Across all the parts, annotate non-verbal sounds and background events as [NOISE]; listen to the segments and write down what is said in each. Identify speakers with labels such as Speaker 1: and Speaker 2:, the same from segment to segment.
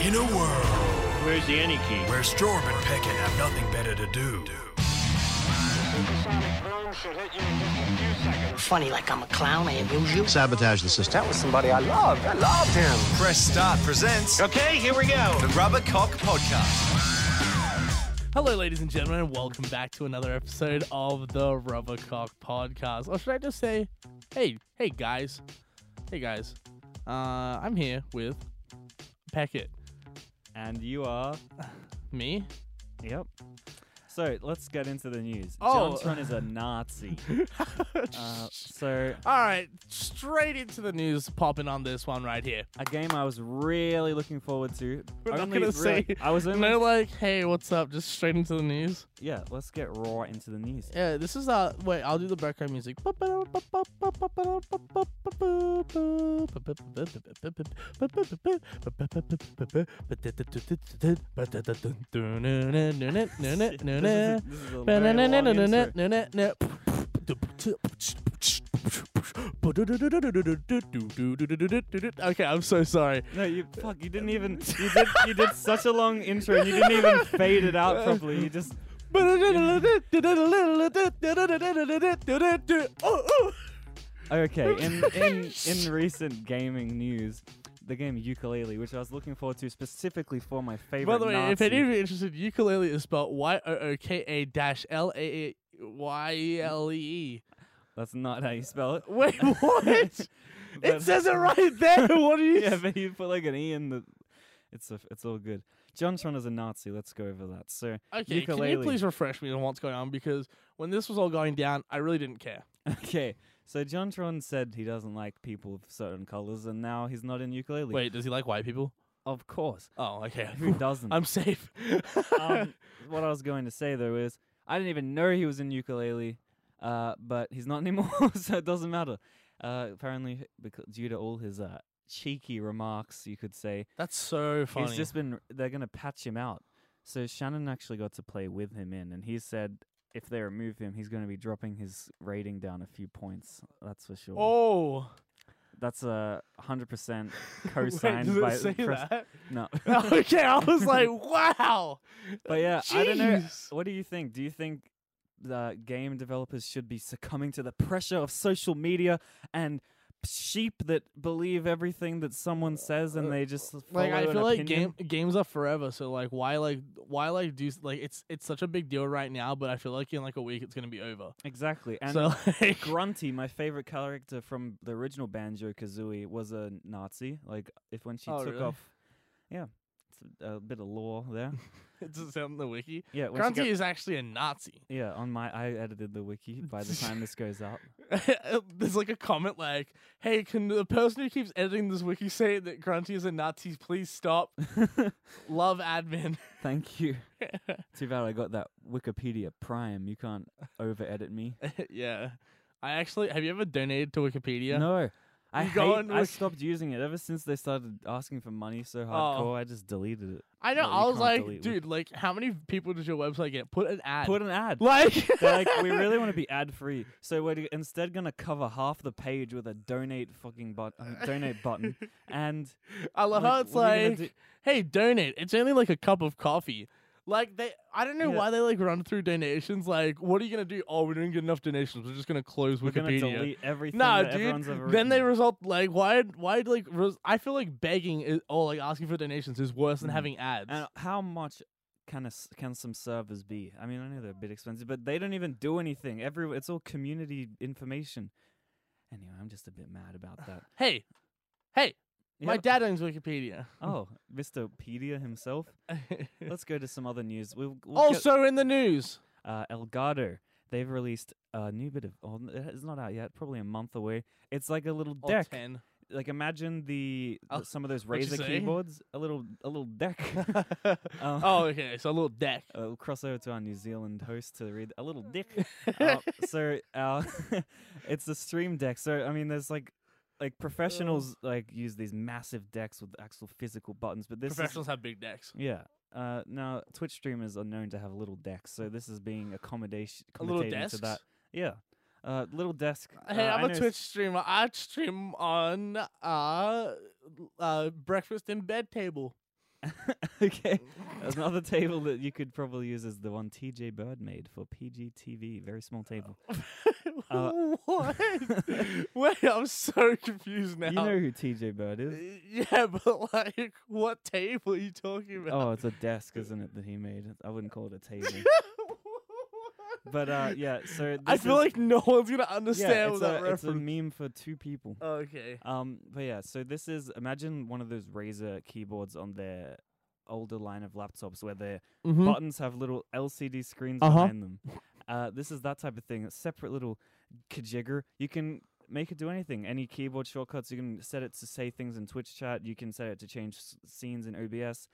Speaker 1: In a world
Speaker 2: Where's the any key?
Speaker 1: where Storm and Peckin have nothing better to do,
Speaker 3: Supersonic boom should hit you in just a few seconds.
Speaker 4: Funny like I'm a clown, I amuse you.
Speaker 5: Sabotage the system.
Speaker 3: That was somebody I loved. I loved him.
Speaker 6: Press Start presents
Speaker 2: Okay, here we go.
Speaker 6: the Rubber Cock Podcast.
Speaker 7: Hello, ladies and gentlemen, and welcome back to another episode of the Rubbercock Podcast. Or should I just say, hey, hey guys, hey guys, uh, I'm here with Packet,
Speaker 8: And you are.
Speaker 7: me.
Speaker 8: Yep. So let's get into the news.
Speaker 7: Oh.
Speaker 8: Johnson is a [LAUGHS] Nazi. uh, so
Speaker 7: All right, straight into the news, popping on this one right here.
Speaker 8: a game I was really looking forward to.
Speaker 7: We're not
Speaker 8: only
Speaker 7: gonna
Speaker 8: really-
Speaker 7: say
Speaker 8: I was only.
Speaker 7: no like, hey, what's up? Just straight into the news.
Speaker 8: Yeah, let's get raw into the news.
Speaker 7: Yeah, this is uh wait, I'll do the background music.
Speaker 8: [LAUGHS] This is, this [LAUGHS] is a very long intro.
Speaker 7: Okay, I'm so sorry. [LAUGHS]
Speaker 8: No, you fuck. You didn't even. [LAUGHS] You did. You did such a long intro, and you didn't even fade it out properly. You just.
Speaker 7: Oh,
Speaker 8: Okay. In in [LAUGHS] in recent gaming news, the game Ukulele, which I was looking forward to specifically for my favorite.
Speaker 7: By the way, if
Speaker 8: Nazi.
Speaker 7: any of you are interested, ukulele is spelled Y O O K A dash L A Y L E.
Speaker 8: That's not how you spell it.
Speaker 7: [LAUGHS] Wait, what? it
Speaker 8: But-
Speaker 7: says
Speaker 8: [LAUGHS]
Speaker 7: it right there. What do you?
Speaker 8: yeah, but you put like an e in the. It's a, it's all good. Johnson is a Nazi. Let's go over that. So
Speaker 7: okay,
Speaker 8: ukulele.
Speaker 7: can you please refresh me on what's going on? Because when this was all going down, I really didn't care.
Speaker 8: [LAUGHS] Okay, so Johnson said he doesn't like people of certain colors, and now he's not in ukulele.
Speaker 7: Wait, does he like white people?
Speaker 8: of
Speaker 7: [LAUGHS]
Speaker 8: course,
Speaker 7: Oh,
Speaker 8: [LAUGHS]
Speaker 7: okay.
Speaker 8: who doesn't?
Speaker 7: I'm
Speaker 8: [LAUGHS]
Speaker 7: safe.
Speaker 8: um, what I was going to say though is I didn't even know he was in ukulele, uh, but he's not anymore, [LAUGHS] so it doesn't matter. Uh, apparently, because due to all his uh, cheeky remarks, you could say
Speaker 7: That's so funny.
Speaker 8: He's just been. They're gonna patch him out. So Shannon actually got to play with him in, and he said if they remove him, he's gonna be dropping his rating down a few points. That's for sure. [LAUGHS]
Speaker 7: oh,
Speaker 8: That's a hundred percent
Speaker 7: [LAUGHS] wait,
Speaker 8: co-signed
Speaker 7: does it
Speaker 8: by.
Speaker 7: say
Speaker 8: pres- [LAUGHS]
Speaker 7: that?
Speaker 8: No,
Speaker 7: [LAUGHS] okay, I was like, wow.
Speaker 8: but yeah, I don't know.
Speaker 7: Jeez.
Speaker 8: What do you think? Do you think? The game developers should be succumbing to the pressure of social media and sheep that believe everything that someone says, and they just follow
Speaker 7: like I
Speaker 8: an
Speaker 7: feel like
Speaker 8: opinion?
Speaker 7: game, games are forever. So like why like why like do s- like it's it's such a big deal right now, but I feel like in like a week it's gonna be over.
Speaker 8: exactly. And [LAUGHS]
Speaker 7: so like [LAUGHS]
Speaker 8: Grunty, my favorite character from the original Banjo Kazooie, was a Nazi. Like, if when she
Speaker 7: Oh,
Speaker 8: took
Speaker 7: really?
Speaker 8: off, yeah, it's a, a bit of lore
Speaker 7: [LAUGHS]
Speaker 8: there.
Speaker 7: it's just on the wiki.
Speaker 8: Yeah, when she
Speaker 7: Grunty
Speaker 8: got-
Speaker 7: is actually a Nazi. [LAUGHS]
Speaker 8: yeah. On my, I edited the wiki. By the time this goes out,
Speaker 7: There's like a comment like, "Hey, can the person who keeps editing this wiki say that Grunty is a Nazi?
Speaker 8: [LAUGHS]
Speaker 7: Please stop. Love admin." [LAUGHS]
Speaker 8: thank you. [LAUGHS] Too bad I got that Wikipedia Prime. You can't over edit
Speaker 7: [LAUGHS]
Speaker 8: me.
Speaker 7: yeah, I actually have you ever donated to Wikipedia?
Speaker 8: No. I,
Speaker 7: You go
Speaker 8: hate,
Speaker 7: on
Speaker 8: I
Speaker 7: Wiki- Oh.
Speaker 8: stopped using it ever since they started asking for money so hardcore. I just deleted it.
Speaker 7: I know.
Speaker 8: No, you
Speaker 7: I was
Speaker 8: can't
Speaker 7: like,
Speaker 8: delete
Speaker 7: dude, like, how many people does your website get? Put an ad.
Speaker 8: Put an ad.
Speaker 7: [LAUGHS] like,
Speaker 8: They're like, we
Speaker 7: [LAUGHS]
Speaker 8: really want to be ad free, so we're g- instead gonna cover half the page with a donate fucking button, donate button, and
Speaker 7: I love how
Speaker 8: Like,
Speaker 7: it's
Speaker 8: what are you gonna
Speaker 7: like,
Speaker 8: do-
Speaker 7: hey, donate. It's only like a cup of coffee. Like they, I don't know
Speaker 8: Yeah.
Speaker 7: why they like run through donations. Like, what are you gonna do? Oh, we didn't get enough donations. We're just gonna close
Speaker 8: we're gonna
Speaker 7: Wikipedia.
Speaker 8: delete everything.
Speaker 7: Nah,
Speaker 8: that
Speaker 7: dude.
Speaker 8: Everyone's ever
Speaker 7: Then they
Speaker 8: written.
Speaker 7: result like why? Why like res- I feel like begging is, or like asking for donations is worse than
Speaker 8: Mm.
Speaker 7: having ads.
Speaker 8: and how much can a s can some servers be? I mean, I know they're a bit expensive, but they don't even do anything. Every it's all community information. Anyway, I'm just a bit mad about that.
Speaker 7: hey, hey, my
Speaker 8: Yep.
Speaker 7: dad owns Wikipedia.
Speaker 8: [LAUGHS] Oh, Mr. Pedia himself. Let's go to some other news. We'll, we'll get-
Speaker 7: also in the news.
Speaker 8: uh, Elgato. They've released a new bit of. Oh, n- it's not out yet. Probably a month away. It's like a little
Speaker 7: Or
Speaker 8: deck. [LAUGHS]
Speaker 7: Oh, ten.
Speaker 8: Like imagine the
Speaker 7: Oh,
Speaker 8: the- some of those
Speaker 7: what'd you
Speaker 8: Razer
Speaker 7: say?
Speaker 8: keyboards. A little a little
Speaker 7: [LAUGHS]
Speaker 8: deck. [LAUGHS] Um,
Speaker 7: oh, okay. So a little deck.
Speaker 8: uh, we'll cross over to our New Zealand host to read a little dick.
Speaker 7: [LAUGHS]
Speaker 8: uh, so uh, [LAUGHS] it's the stream deck. So I mean, there's like like professionals like use these massive decks with actual physical buttons, but this is
Speaker 7: Professionals have big decks.
Speaker 8: yeah. Uh, now Twitch streamers are known to have little decks, so this is being accommodation
Speaker 7: A little
Speaker 8: accommodating to
Speaker 7: desks?
Speaker 8: that. Yeah, uh, little desk.
Speaker 7: Hey,
Speaker 8: uh, I
Speaker 7: I'm
Speaker 8: know
Speaker 7: a
Speaker 8: s-
Speaker 7: Twitch streamer. I stream on uh, uh breakfast and bed table.
Speaker 8: [LAUGHS]
Speaker 7: [LAUGHS]
Speaker 8: okay. There's another table that you could probably use as the one TJ Bird made for PGTV. Very small table. Uh, [LAUGHS]
Speaker 7: what? Wait, I'm so confused now. Uh,
Speaker 8: You know who TJ Bird is?
Speaker 7: yeah, [LAUGHS] but like, what table are you talking
Speaker 8: Oh,
Speaker 7: about?
Speaker 8: it's a desk, isn't it, that he made? I wouldn't call it
Speaker 7: [LAUGHS]
Speaker 8: a table. but uh, yeah, so Oh, this
Speaker 7: I feel
Speaker 8: is-
Speaker 7: like no one's gonna understand
Speaker 8: yeah, it's,
Speaker 7: that
Speaker 8: a, it's a
Speaker 7: reference. Oh.
Speaker 8: meme for two people.
Speaker 7: okay.
Speaker 8: Um, but yeah, so this is imagine one of those Razer keyboards on their older line of laptops where their buttons have little LCD screens
Speaker 7: Mm-hmm. Uh-huh.
Speaker 8: behind them. Uh, this is that type of thing. A separate little kajigger. You can make it do anything. Any keyboard shortcuts. You can set it to say things in Twitch chat. You can set it to change s- scenes in OBS.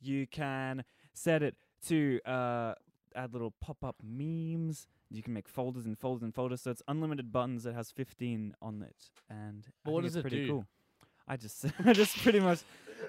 Speaker 8: You can set it to uh, add little pop-up memes. You can make folders and folders and folders. So it's unlimited buttons. It has 15 on it, and I
Speaker 7: But what
Speaker 8: think it's
Speaker 7: does it
Speaker 8: pretty
Speaker 7: do?
Speaker 8: cool. I just, [LAUGHS] I just pretty much,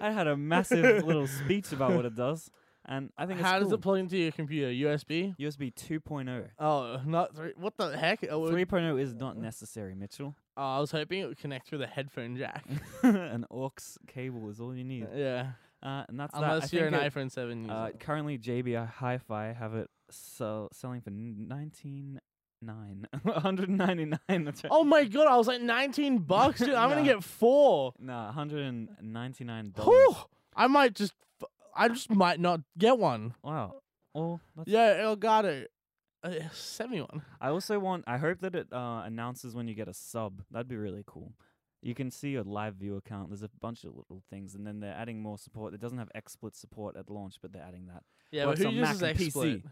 Speaker 8: I had a massive little speech about
Speaker 7: [LAUGHS]
Speaker 8: what it does, and I think it's
Speaker 7: How does
Speaker 8: cool.
Speaker 7: it plug into your computer? USB?
Speaker 8: USB 2.0.
Speaker 7: Oh, not three. What the heck? I would-
Speaker 8: 3.0 is not necessary, Mitchell. [LAUGHS]
Speaker 7: Oh, I was hoping it would connect through the headphone jack.
Speaker 8: An aux cable is all you need,
Speaker 7: yeah.
Speaker 8: uh, and that's that. I
Speaker 7: Unless you're an
Speaker 8: think it-
Speaker 7: iPhone 7 user.
Speaker 8: Uh, currently, JBI Hi-Fi have it sell, selling for nineteen nine, [LAUGHS] one hundred ninety nine. That's right.
Speaker 7: oh my god, I was like 19 bucks, dude. I'm gonna
Speaker 8: Nah.
Speaker 7: get four.
Speaker 8: Nah, one hundred and ninety nine dollars.
Speaker 7: Whew, I might just, f- I just might not get one.
Speaker 8: Wow. Oh, that's,
Speaker 7: Yeah, Elgato. Uh, send me one.
Speaker 8: I also want. I hope that it uh, announces when you get a sub. That'd be really cool. You can see your live viewer count. There's a bunch of little things, and then they're adding more support. It doesn't have XSplit support at launch, but they're adding that.
Speaker 7: Yeah,
Speaker 8: Works
Speaker 7: but
Speaker 8: on
Speaker 7: who
Speaker 8: Mac
Speaker 7: uses
Speaker 8: and
Speaker 7: XSplit?
Speaker 8: PC.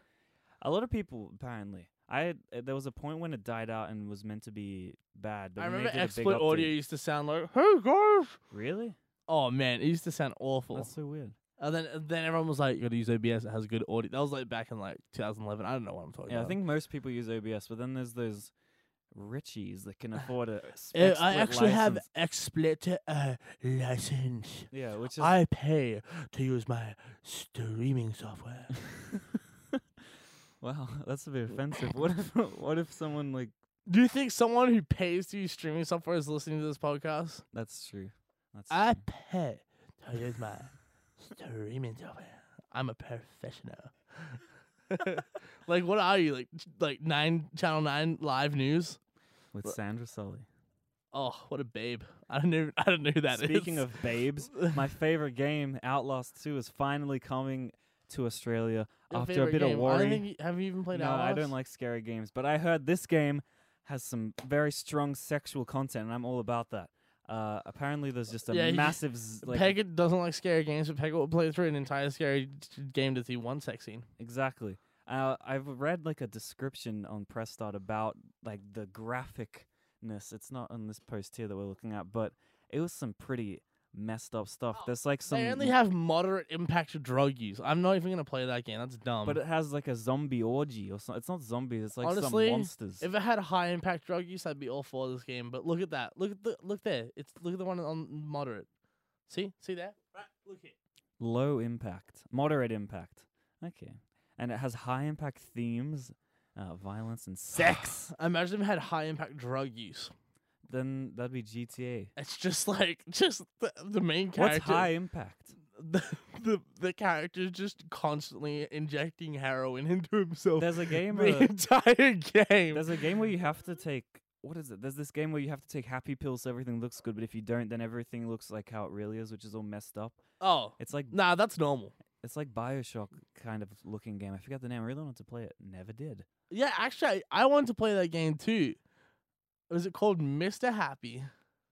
Speaker 8: A lot of people apparently. I had- uh, there was a point when it died out and was meant to be bad, but
Speaker 7: I
Speaker 8: then they
Speaker 7: remember
Speaker 8: did a big
Speaker 7: XSplit audio
Speaker 8: update.
Speaker 7: used to sound like, "Hey guys."
Speaker 8: Really?
Speaker 7: Oh man, it used to sound awful.
Speaker 8: That's so weird.
Speaker 7: and then and then everyone was like, "You gotta use OBS. It has good audio." That was like back in like 2011. I don't know what I'm talking
Speaker 8: Yeah, I
Speaker 7: about.
Speaker 8: think most people use OBS, but then there's those richies that can afford
Speaker 7: [LAUGHS]
Speaker 8: a.
Speaker 7: Uh,
Speaker 8: spec
Speaker 7: I
Speaker 8: split
Speaker 7: actually have
Speaker 8: license.
Speaker 7: XSplit uh, license.
Speaker 8: Yeah, which is
Speaker 7: I pay to use my streaming software.
Speaker 8: wow, [LAUGHS] that's a bit offensive. What if [LAUGHS] what if someone like
Speaker 7: Do you think someone who pays to use streaming software is listening to this podcast?
Speaker 8: that's true? That's
Speaker 7: I
Speaker 8: true.
Speaker 7: pay to use my streaming software. I'm a professional. [LAUGHS] like, what are you like? ch- Like nine Channel Nine live news?
Speaker 8: with Sandra Sully.
Speaker 7: Oh, what a babe! I don't know. I don't know who that is.
Speaker 8: Speaking of babes, [LAUGHS] my favorite game, Outlast Two, is finally coming to Australia
Speaker 7: [LAUGHS] Your
Speaker 8: after a
Speaker 7: favorite
Speaker 8: bit
Speaker 7: game.
Speaker 8: of
Speaker 7: I
Speaker 8: worry.
Speaker 7: don't think you, have you even played
Speaker 8: no,
Speaker 7: Outlast?
Speaker 8: I don't like scary games, but I heard this game has some very strong sexual content, and I'm all about that. Uh, apparently, there's just a
Speaker 7: Yeah, you-
Speaker 8: massive z-
Speaker 7: [LAUGHS]
Speaker 8: like
Speaker 7: Peg doesn't like scary games, but Peg will play through an entire scary t- game to see one sex scene.
Speaker 8: exactly. Uh, I've read like a description on Press Start about like the graphicness. It's not on this post here that we're looking at, but it was some pretty messed up stuff. There's like some
Speaker 7: Oh, They only have moderate impact to drug use. I'm not even gonna play that game. That's dumb.
Speaker 8: But uh, it has like a zombie orgy or something. It's not zombies. It's like
Speaker 7: Honestly,
Speaker 8: some monsters.
Speaker 7: If it had high impact drug use, I'd be all for this game. But look at that. Look at the look there. It's look at the one on moderate. See? See there? Right, look here.
Speaker 8: Low impact, moderate impact. Okay, and it has high impact themes, uh, violence and
Speaker 7: [SIGHS]
Speaker 8: sex.
Speaker 7: Imagine if it had high impact drug use.
Speaker 8: then that'd be GTA.
Speaker 7: It's just [LAUGHS] like just the, the main character.
Speaker 8: What's high impact?
Speaker 7: [LAUGHS] The, the the character's just constantly injecting heroin into himself. [LAUGHS]
Speaker 8: There's a game.
Speaker 7: the
Speaker 8: uh,
Speaker 7: entire game.
Speaker 8: there's a game where you have to take. What is it? There's this game where you have to take happy pills so everything looks good, but if you don't, then everything looks like how it really is, which is all messed up.
Speaker 7: Oh,
Speaker 8: It's like
Speaker 7: nah, that's normal.
Speaker 8: it's like Bioshock kind of looking game. I forgot the name. I really wanted to play it. Never did.
Speaker 7: Yeah, actually, I, I wanted to play that game too. Was it called Mr. Happy?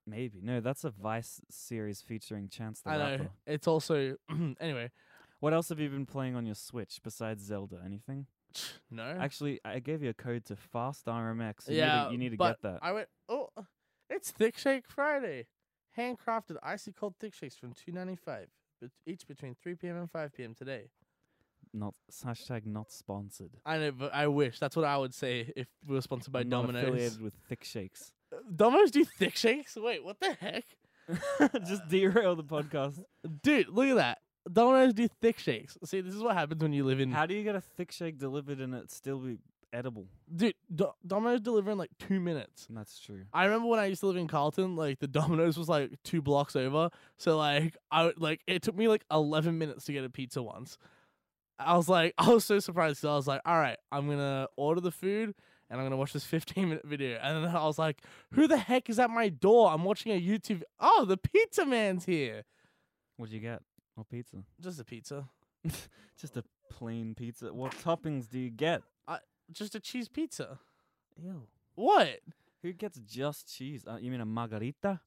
Speaker 8: Maybe. No, that's a Vice series featuring Chance the
Speaker 7: I know.
Speaker 8: Rapper.
Speaker 7: It's also [CLEARS THROAT] anyway.
Speaker 8: What else have you been playing on your Switch besides Zelda? Anything?
Speaker 7: No.
Speaker 8: Actually, I gave you a code to FastRMX. You Need
Speaker 7: yeah,
Speaker 8: to, you need to get
Speaker 7: but
Speaker 8: that.
Speaker 7: I went. Oh, it's Thick Shake Friday, handcrafted icy cold thick shakes from two ninety five, but each between three p.m. and five p.m. today.
Speaker 8: not hashtag not sponsored.
Speaker 7: I know, but I wish that's what I would say if we were sponsored by
Speaker 8: I'm not
Speaker 7: Domino's. Uh,
Speaker 8: affiliated with Thick Shakes.
Speaker 7: [LAUGHS]
Speaker 8: [LAUGHS]
Speaker 7: Domino's do thick shakes. Wait, what the heck,
Speaker 8: Just derail the podcast.
Speaker 7: dude? Look at that. Domino's do thick shakes. See, this is what happens when you live in.
Speaker 8: How do you get a thick shake delivered and it still be edible.
Speaker 7: dude. Do- Domino's deliver in like two minutes.
Speaker 8: And that's true.
Speaker 7: I remember when I used to live in Carlton, like the Domino's was like two blocks over. So like I would- like it took me like eleven minutes to get a pizza once. I was like, [LAUGHS] I was so surprised 'cause I was like, all right, I'm gonna order the food and I'm gonna watch this 15 minute video. And then I was like, who the heck is at my door? I'm watching a YouTube. Oh, the pizza man's here.
Speaker 8: What'd you get? Or pizza?
Speaker 7: Just a pizza.
Speaker 8: Just a plain pizza. What toppings do you get?
Speaker 7: Just a cheese pizza.
Speaker 8: Ew.
Speaker 7: What?
Speaker 8: Who gets just cheese? Uh, you mean a margarita?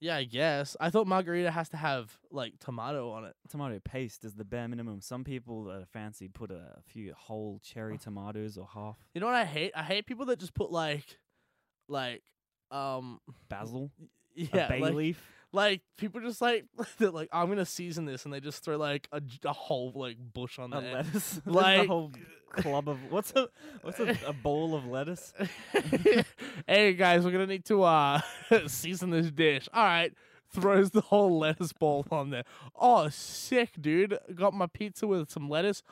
Speaker 7: Yeah, I guess. I thought margarita has to have like tomato on it.
Speaker 8: Tomato paste is the bare minimum. Some people that are fancy put a few whole cherry tomatoes or half
Speaker 7: You know what I hate? I hate people that just put like, like, um,
Speaker 8: basil,
Speaker 7: yeah,
Speaker 8: a bay
Speaker 7: like,
Speaker 8: leaf.
Speaker 7: like people just like [LAUGHS] they're like I'm gonna season this, and they just throw like a, j- a whole like bush on
Speaker 8: a
Speaker 7: there.
Speaker 8: lettuce, [LAUGHS] Just a
Speaker 7: Like-
Speaker 8: whole club of what's a what's a, a bowl of [LAUGHS] lettuce?
Speaker 7: [LAUGHS] hey guys, we're gonna need to uh [LAUGHS] season this dish. All right, throws the whole lettuce ball on there. Oh, sick, dude! Got my pizza with some lettuce.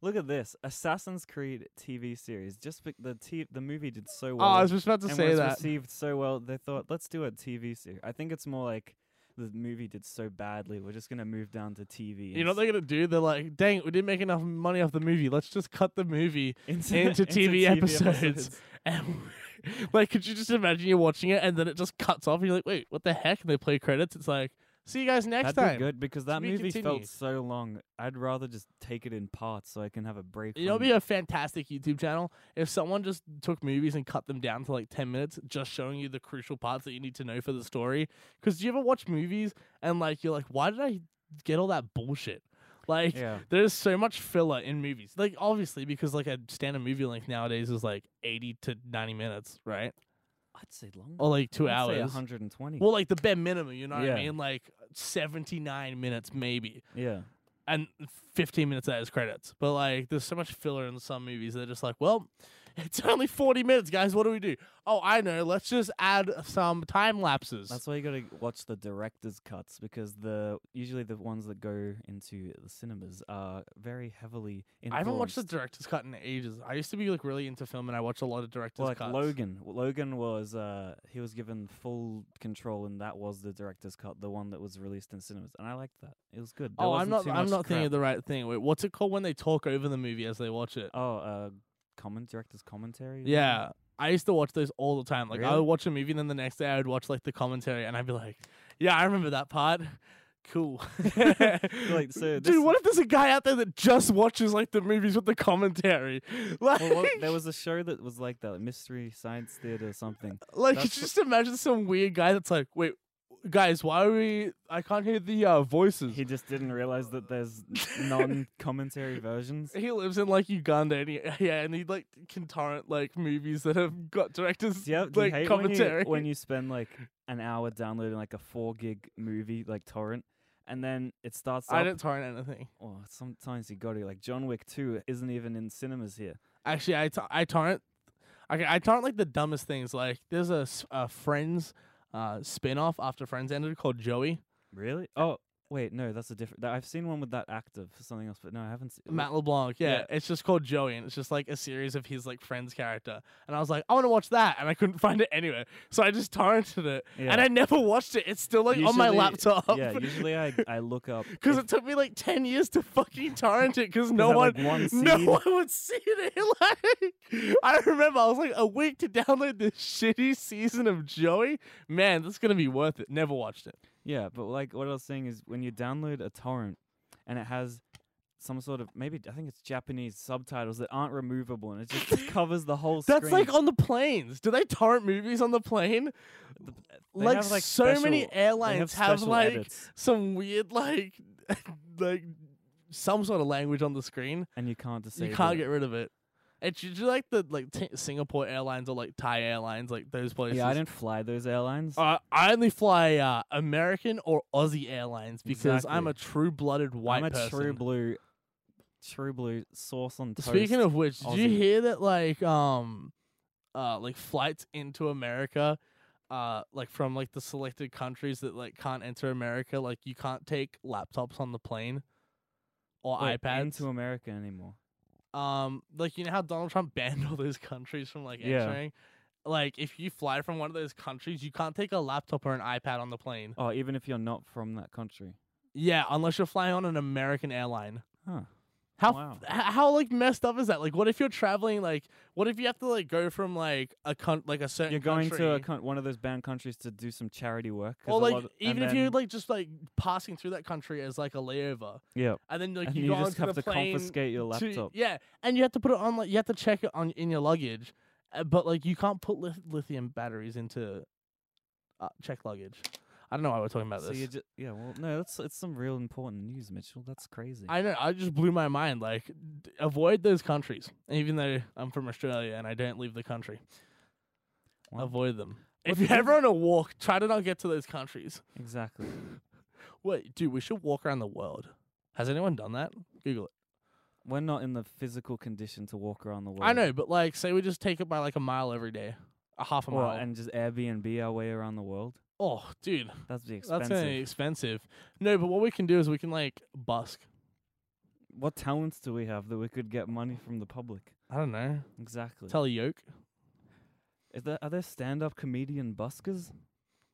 Speaker 8: Look at this Assassin's Creed TV series. Just bec- the t- the movie did so
Speaker 7: Oh,
Speaker 8: well,
Speaker 7: I was just about to
Speaker 8: and
Speaker 7: say
Speaker 8: was
Speaker 7: that.
Speaker 8: received so well. They thought, let's do a TV series. I think it's more like the movie did so badly. We're just gonna move down to TV.
Speaker 7: You know what they're gonna do? They're like, dang, it, we didn't make enough money off the movie. Let's just cut the movie
Speaker 8: into,
Speaker 7: into TV episodes. And [LAUGHS] like, could you just imagine you're watching it and then it just cuts off and you're like, wait, what the heck? And they play credits. It's like, see you guys next
Speaker 8: That'd
Speaker 7: time.
Speaker 8: be good because that
Speaker 7: be
Speaker 8: movie felt
Speaker 7: continued.
Speaker 8: so long. I'd rather just take it in parts so I can have a break.
Speaker 7: You know,
Speaker 8: from
Speaker 7: it'd be a fantastic YouTube channel if someone just took movies and cut them down to like 10 minutes, just showing you the crucial parts that you need to know for the story. Because do you ever watch movies and like, you're like, why did I get all that bullshit? Like,
Speaker 8: [LAUGHS] Yeah.
Speaker 7: there's so much filler in movies. Like, obviously, because like a standard movie length nowadays is like 80 to 90 minutes, right?
Speaker 8: I'd say long.
Speaker 7: Or like two
Speaker 8: I'd say
Speaker 7: hours.
Speaker 8: 120.
Speaker 7: Well, like the bare minimum, you know what
Speaker 8: Yeah.
Speaker 7: I mean? Like 79 minutes, maybe.
Speaker 8: yeah.
Speaker 7: And 15 minutes of that is credits. But like, there's so much filler in some movies. They're just like, well, [LAUGHS] it's only 40 minutes, guys. What do we do? Oh, I know. Let's just add some time lapses.
Speaker 8: That's why you gotta watch the director's cuts because the usually the ones that go into the cinemas are very heavily influenced.
Speaker 7: I haven't watched the director's cut in ages. I used to be like really into film and I watched a lot of director's
Speaker 8: well, like
Speaker 7: cuts.
Speaker 8: Logan. Logan was uh he was given full control and that was the director's cut, the one that was released in cinemas, and I liked that. It was good. There
Speaker 7: Oh,
Speaker 8: wasn't
Speaker 7: I'm not.
Speaker 8: too
Speaker 7: I'm
Speaker 8: much
Speaker 7: not thinking
Speaker 8: crap.
Speaker 7: of the right thing. Wait, what's it called when they talk over the movie as they watch it?
Speaker 8: oh uh comment director's commentary. or something?
Speaker 7: Yeah. I used to watch those all the time. Like I
Speaker 8: Really?
Speaker 7: would watch a movie and then the next day I would watch like the commentary and I'd be like, Yeah, I remember that part. Cool.
Speaker 8: [LAUGHS] like,
Speaker 7: [LAUGHS]
Speaker 8: so this-
Speaker 7: Dude, what if there's a guy out there that just watches like the movies with the commentary? [LAUGHS] Like,
Speaker 8: Well, what, there
Speaker 7: [LAUGHS]
Speaker 8: was a show that was like that Mystery Science Theater or something.
Speaker 7: like
Speaker 8: that's
Speaker 7: just imagine some weird guy that's like, Wait, guys, why are we I can't hear the uh, voices.
Speaker 8: He
Speaker 7: He,
Speaker 8: just didn't realize that there's non-commentary
Speaker 7: [LAUGHS]
Speaker 8: versions.
Speaker 7: lives in like Uganda and he, [LAUGHS] yeah, and he like can torrent like movies that have got directors
Speaker 8: Do you, have, do you
Speaker 7: like
Speaker 8: hate
Speaker 7: commentary.
Speaker 8: When you, when you spend like an hour downloading like a four gig movie like torrent, and then it starts.
Speaker 7: [LAUGHS] I
Speaker 8: up-
Speaker 7: don't torrent anything.
Speaker 8: Oh, sometimes you got to like John Wick Two isn't even in cinemas here.
Speaker 7: Actually, I tor- I torrent. Okay, I torrent like the dumbest things. Like there's a, s- a Friends uh, spin off after Friends ended called Joey.
Speaker 8: Really? Oh, wait, no, that's a different. I've seen one with that actor for something else, but no, I haven't seen.
Speaker 7: Matt LeBlanc. Yeah,
Speaker 8: Mm-hmm. Yeah.
Speaker 7: it's just called Joey, and it's just like a series of his like Friends character. And I was like, I want to watch that, and I couldn't [LAUGHS] find it anywhere, so I just torrented it,
Speaker 8: Yeah.
Speaker 7: and I never watched it. It's still like on my
Speaker 8: Usually-
Speaker 7: laptop.
Speaker 8: Yeah, usually I I look
Speaker 7: [LAUGHS]
Speaker 8: up
Speaker 7: Because
Speaker 8: if-
Speaker 7: it took me like ten years to fucking torrent it, because no
Speaker 8: that,
Speaker 7: one,
Speaker 8: like, one
Speaker 7: no
Speaker 8: seed?
Speaker 7: one would see it. [LAUGHS] Like, I remember I was like a week to download this shitty season of Joey. Man, that's gonna be worth it. Never watched it.
Speaker 8: Yeah, but like what I was saying is when you download a torrent and it has some sort of maybe I think it's Japanese subtitles that aren't removable and it
Speaker 7: [LAUGHS]
Speaker 8: just covers the whole
Speaker 7: That's
Speaker 8: screen.
Speaker 7: like on the planes. Do they torrent movies on the plane?
Speaker 8: They
Speaker 7: like,
Speaker 8: have, like,
Speaker 7: so
Speaker 8: special-
Speaker 7: many
Speaker 8: they have
Speaker 7: airlines have,
Speaker 8: special
Speaker 7: like
Speaker 8: edits.
Speaker 7: some weird like [LAUGHS] like some sort of language on the screen.
Speaker 8: and you can't disable.
Speaker 7: you can't
Speaker 8: it.
Speaker 7: get rid of it. It's usually like the like t- Singapore Airlines or like Thai Airlines, like those places.
Speaker 8: Yeah, I didn't fly those airlines.
Speaker 7: Uh, I only fly uh, American or Aussie Airlines because I'm
Speaker 8: Exactly.
Speaker 7: a true-blooded white
Speaker 8: I'm a
Speaker 7: person.
Speaker 8: true blue, true blue sauce on toast.
Speaker 7: Speaking of which, did you
Speaker 8: Aussie.
Speaker 7: hear that like um, uh, like flights into America, uh, like from like the selected countries that like can't enter America, like you can't take laptops on the plane or
Speaker 8: Wait,
Speaker 7: iPads.
Speaker 8: into America anymore.
Speaker 7: Um, like you know how Donald Trump [LAUGHS] banned all those countries from like
Speaker 8: Yeah.
Speaker 7: entering. Like if you fly from one of those countries, you can't take a laptop or an iPad on the plane.
Speaker 8: Oh, even if you're not from that country.
Speaker 7: Yeah, unless you're flying on an American airline.
Speaker 8: Huh.
Speaker 7: How
Speaker 8: Wow.
Speaker 7: f- h- how like messed up is that? Like, what if you're traveling? Like, what if you have to like go from like a con- like a certain
Speaker 8: You're going to a
Speaker 7: country-
Speaker 8: con- one of those banned countries to do some charity work. 'cause
Speaker 7: or
Speaker 8: a
Speaker 7: like
Speaker 8: lot- and
Speaker 7: even if you're
Speaker 8: then-
Speaker 7: like just like passing through that country as like a layover,
Speaker 8: yeah,
Speaker 7: and then like
Speaker 8: and
Speaker 7: you,
Speaker 8: you,
Speaker 7: go
Speaker 8: just
Speaker 7: onto
Speaker 8: have
Speaker 7: the
Speaker 8: to
Speaker 7: plane
Speaker 8: confiscate your
Speaker 7: to-
Speaker 8: laptop.
Speaker 7: yeah, and you have to put it on like you have to check it on in your luggage, uh, but like you can't put lith- lithium batteries into uh, check luggage. I don't know why we're talking about
Speaker 8: So
Speaker 7: this.
Speaker 8: you just yeah, well, no, that's it's some real important news, Mitchell. That's crazy.
Speaker 7: I know. I just blew my mind. Like, d- avoid those countries, even though I'm from Australia and I don't leave the country.
Speaker 8: Wow.
Speaker 7: Avoid them.
Speaker 8: What
Speaker 7: if you're
Speaker 8: the-
Speaker 7: ever on a walk, try to not get to those countries.
Speaker 8: exactly.
Speaker 7: Wait, dude, we should walk around the world. Has anyone done that? Google it.
Speaker 8: We're not in the physical condition to walk around the world.
Speaker 7: I know, but like, say we just take it by like a mile every day, a half a
Speaker 8: Or,
Speaker 7: mile.
Speaker 8: and just Airbnb our way around the world.
Speaker 7: oh, dude,
Speaker 8: That'd be expensive.
Speaker 7: that's gonna be expensive. No, but what we can do is we can like busk.
Speaker 8: What talents do we have that we could get money from the public?
Speaker 7: I don't know.
Speaker 8: Exactly.
Speaker 7: Tell a yoke.
Speaker 8: Is there are there stand up comedian buskers?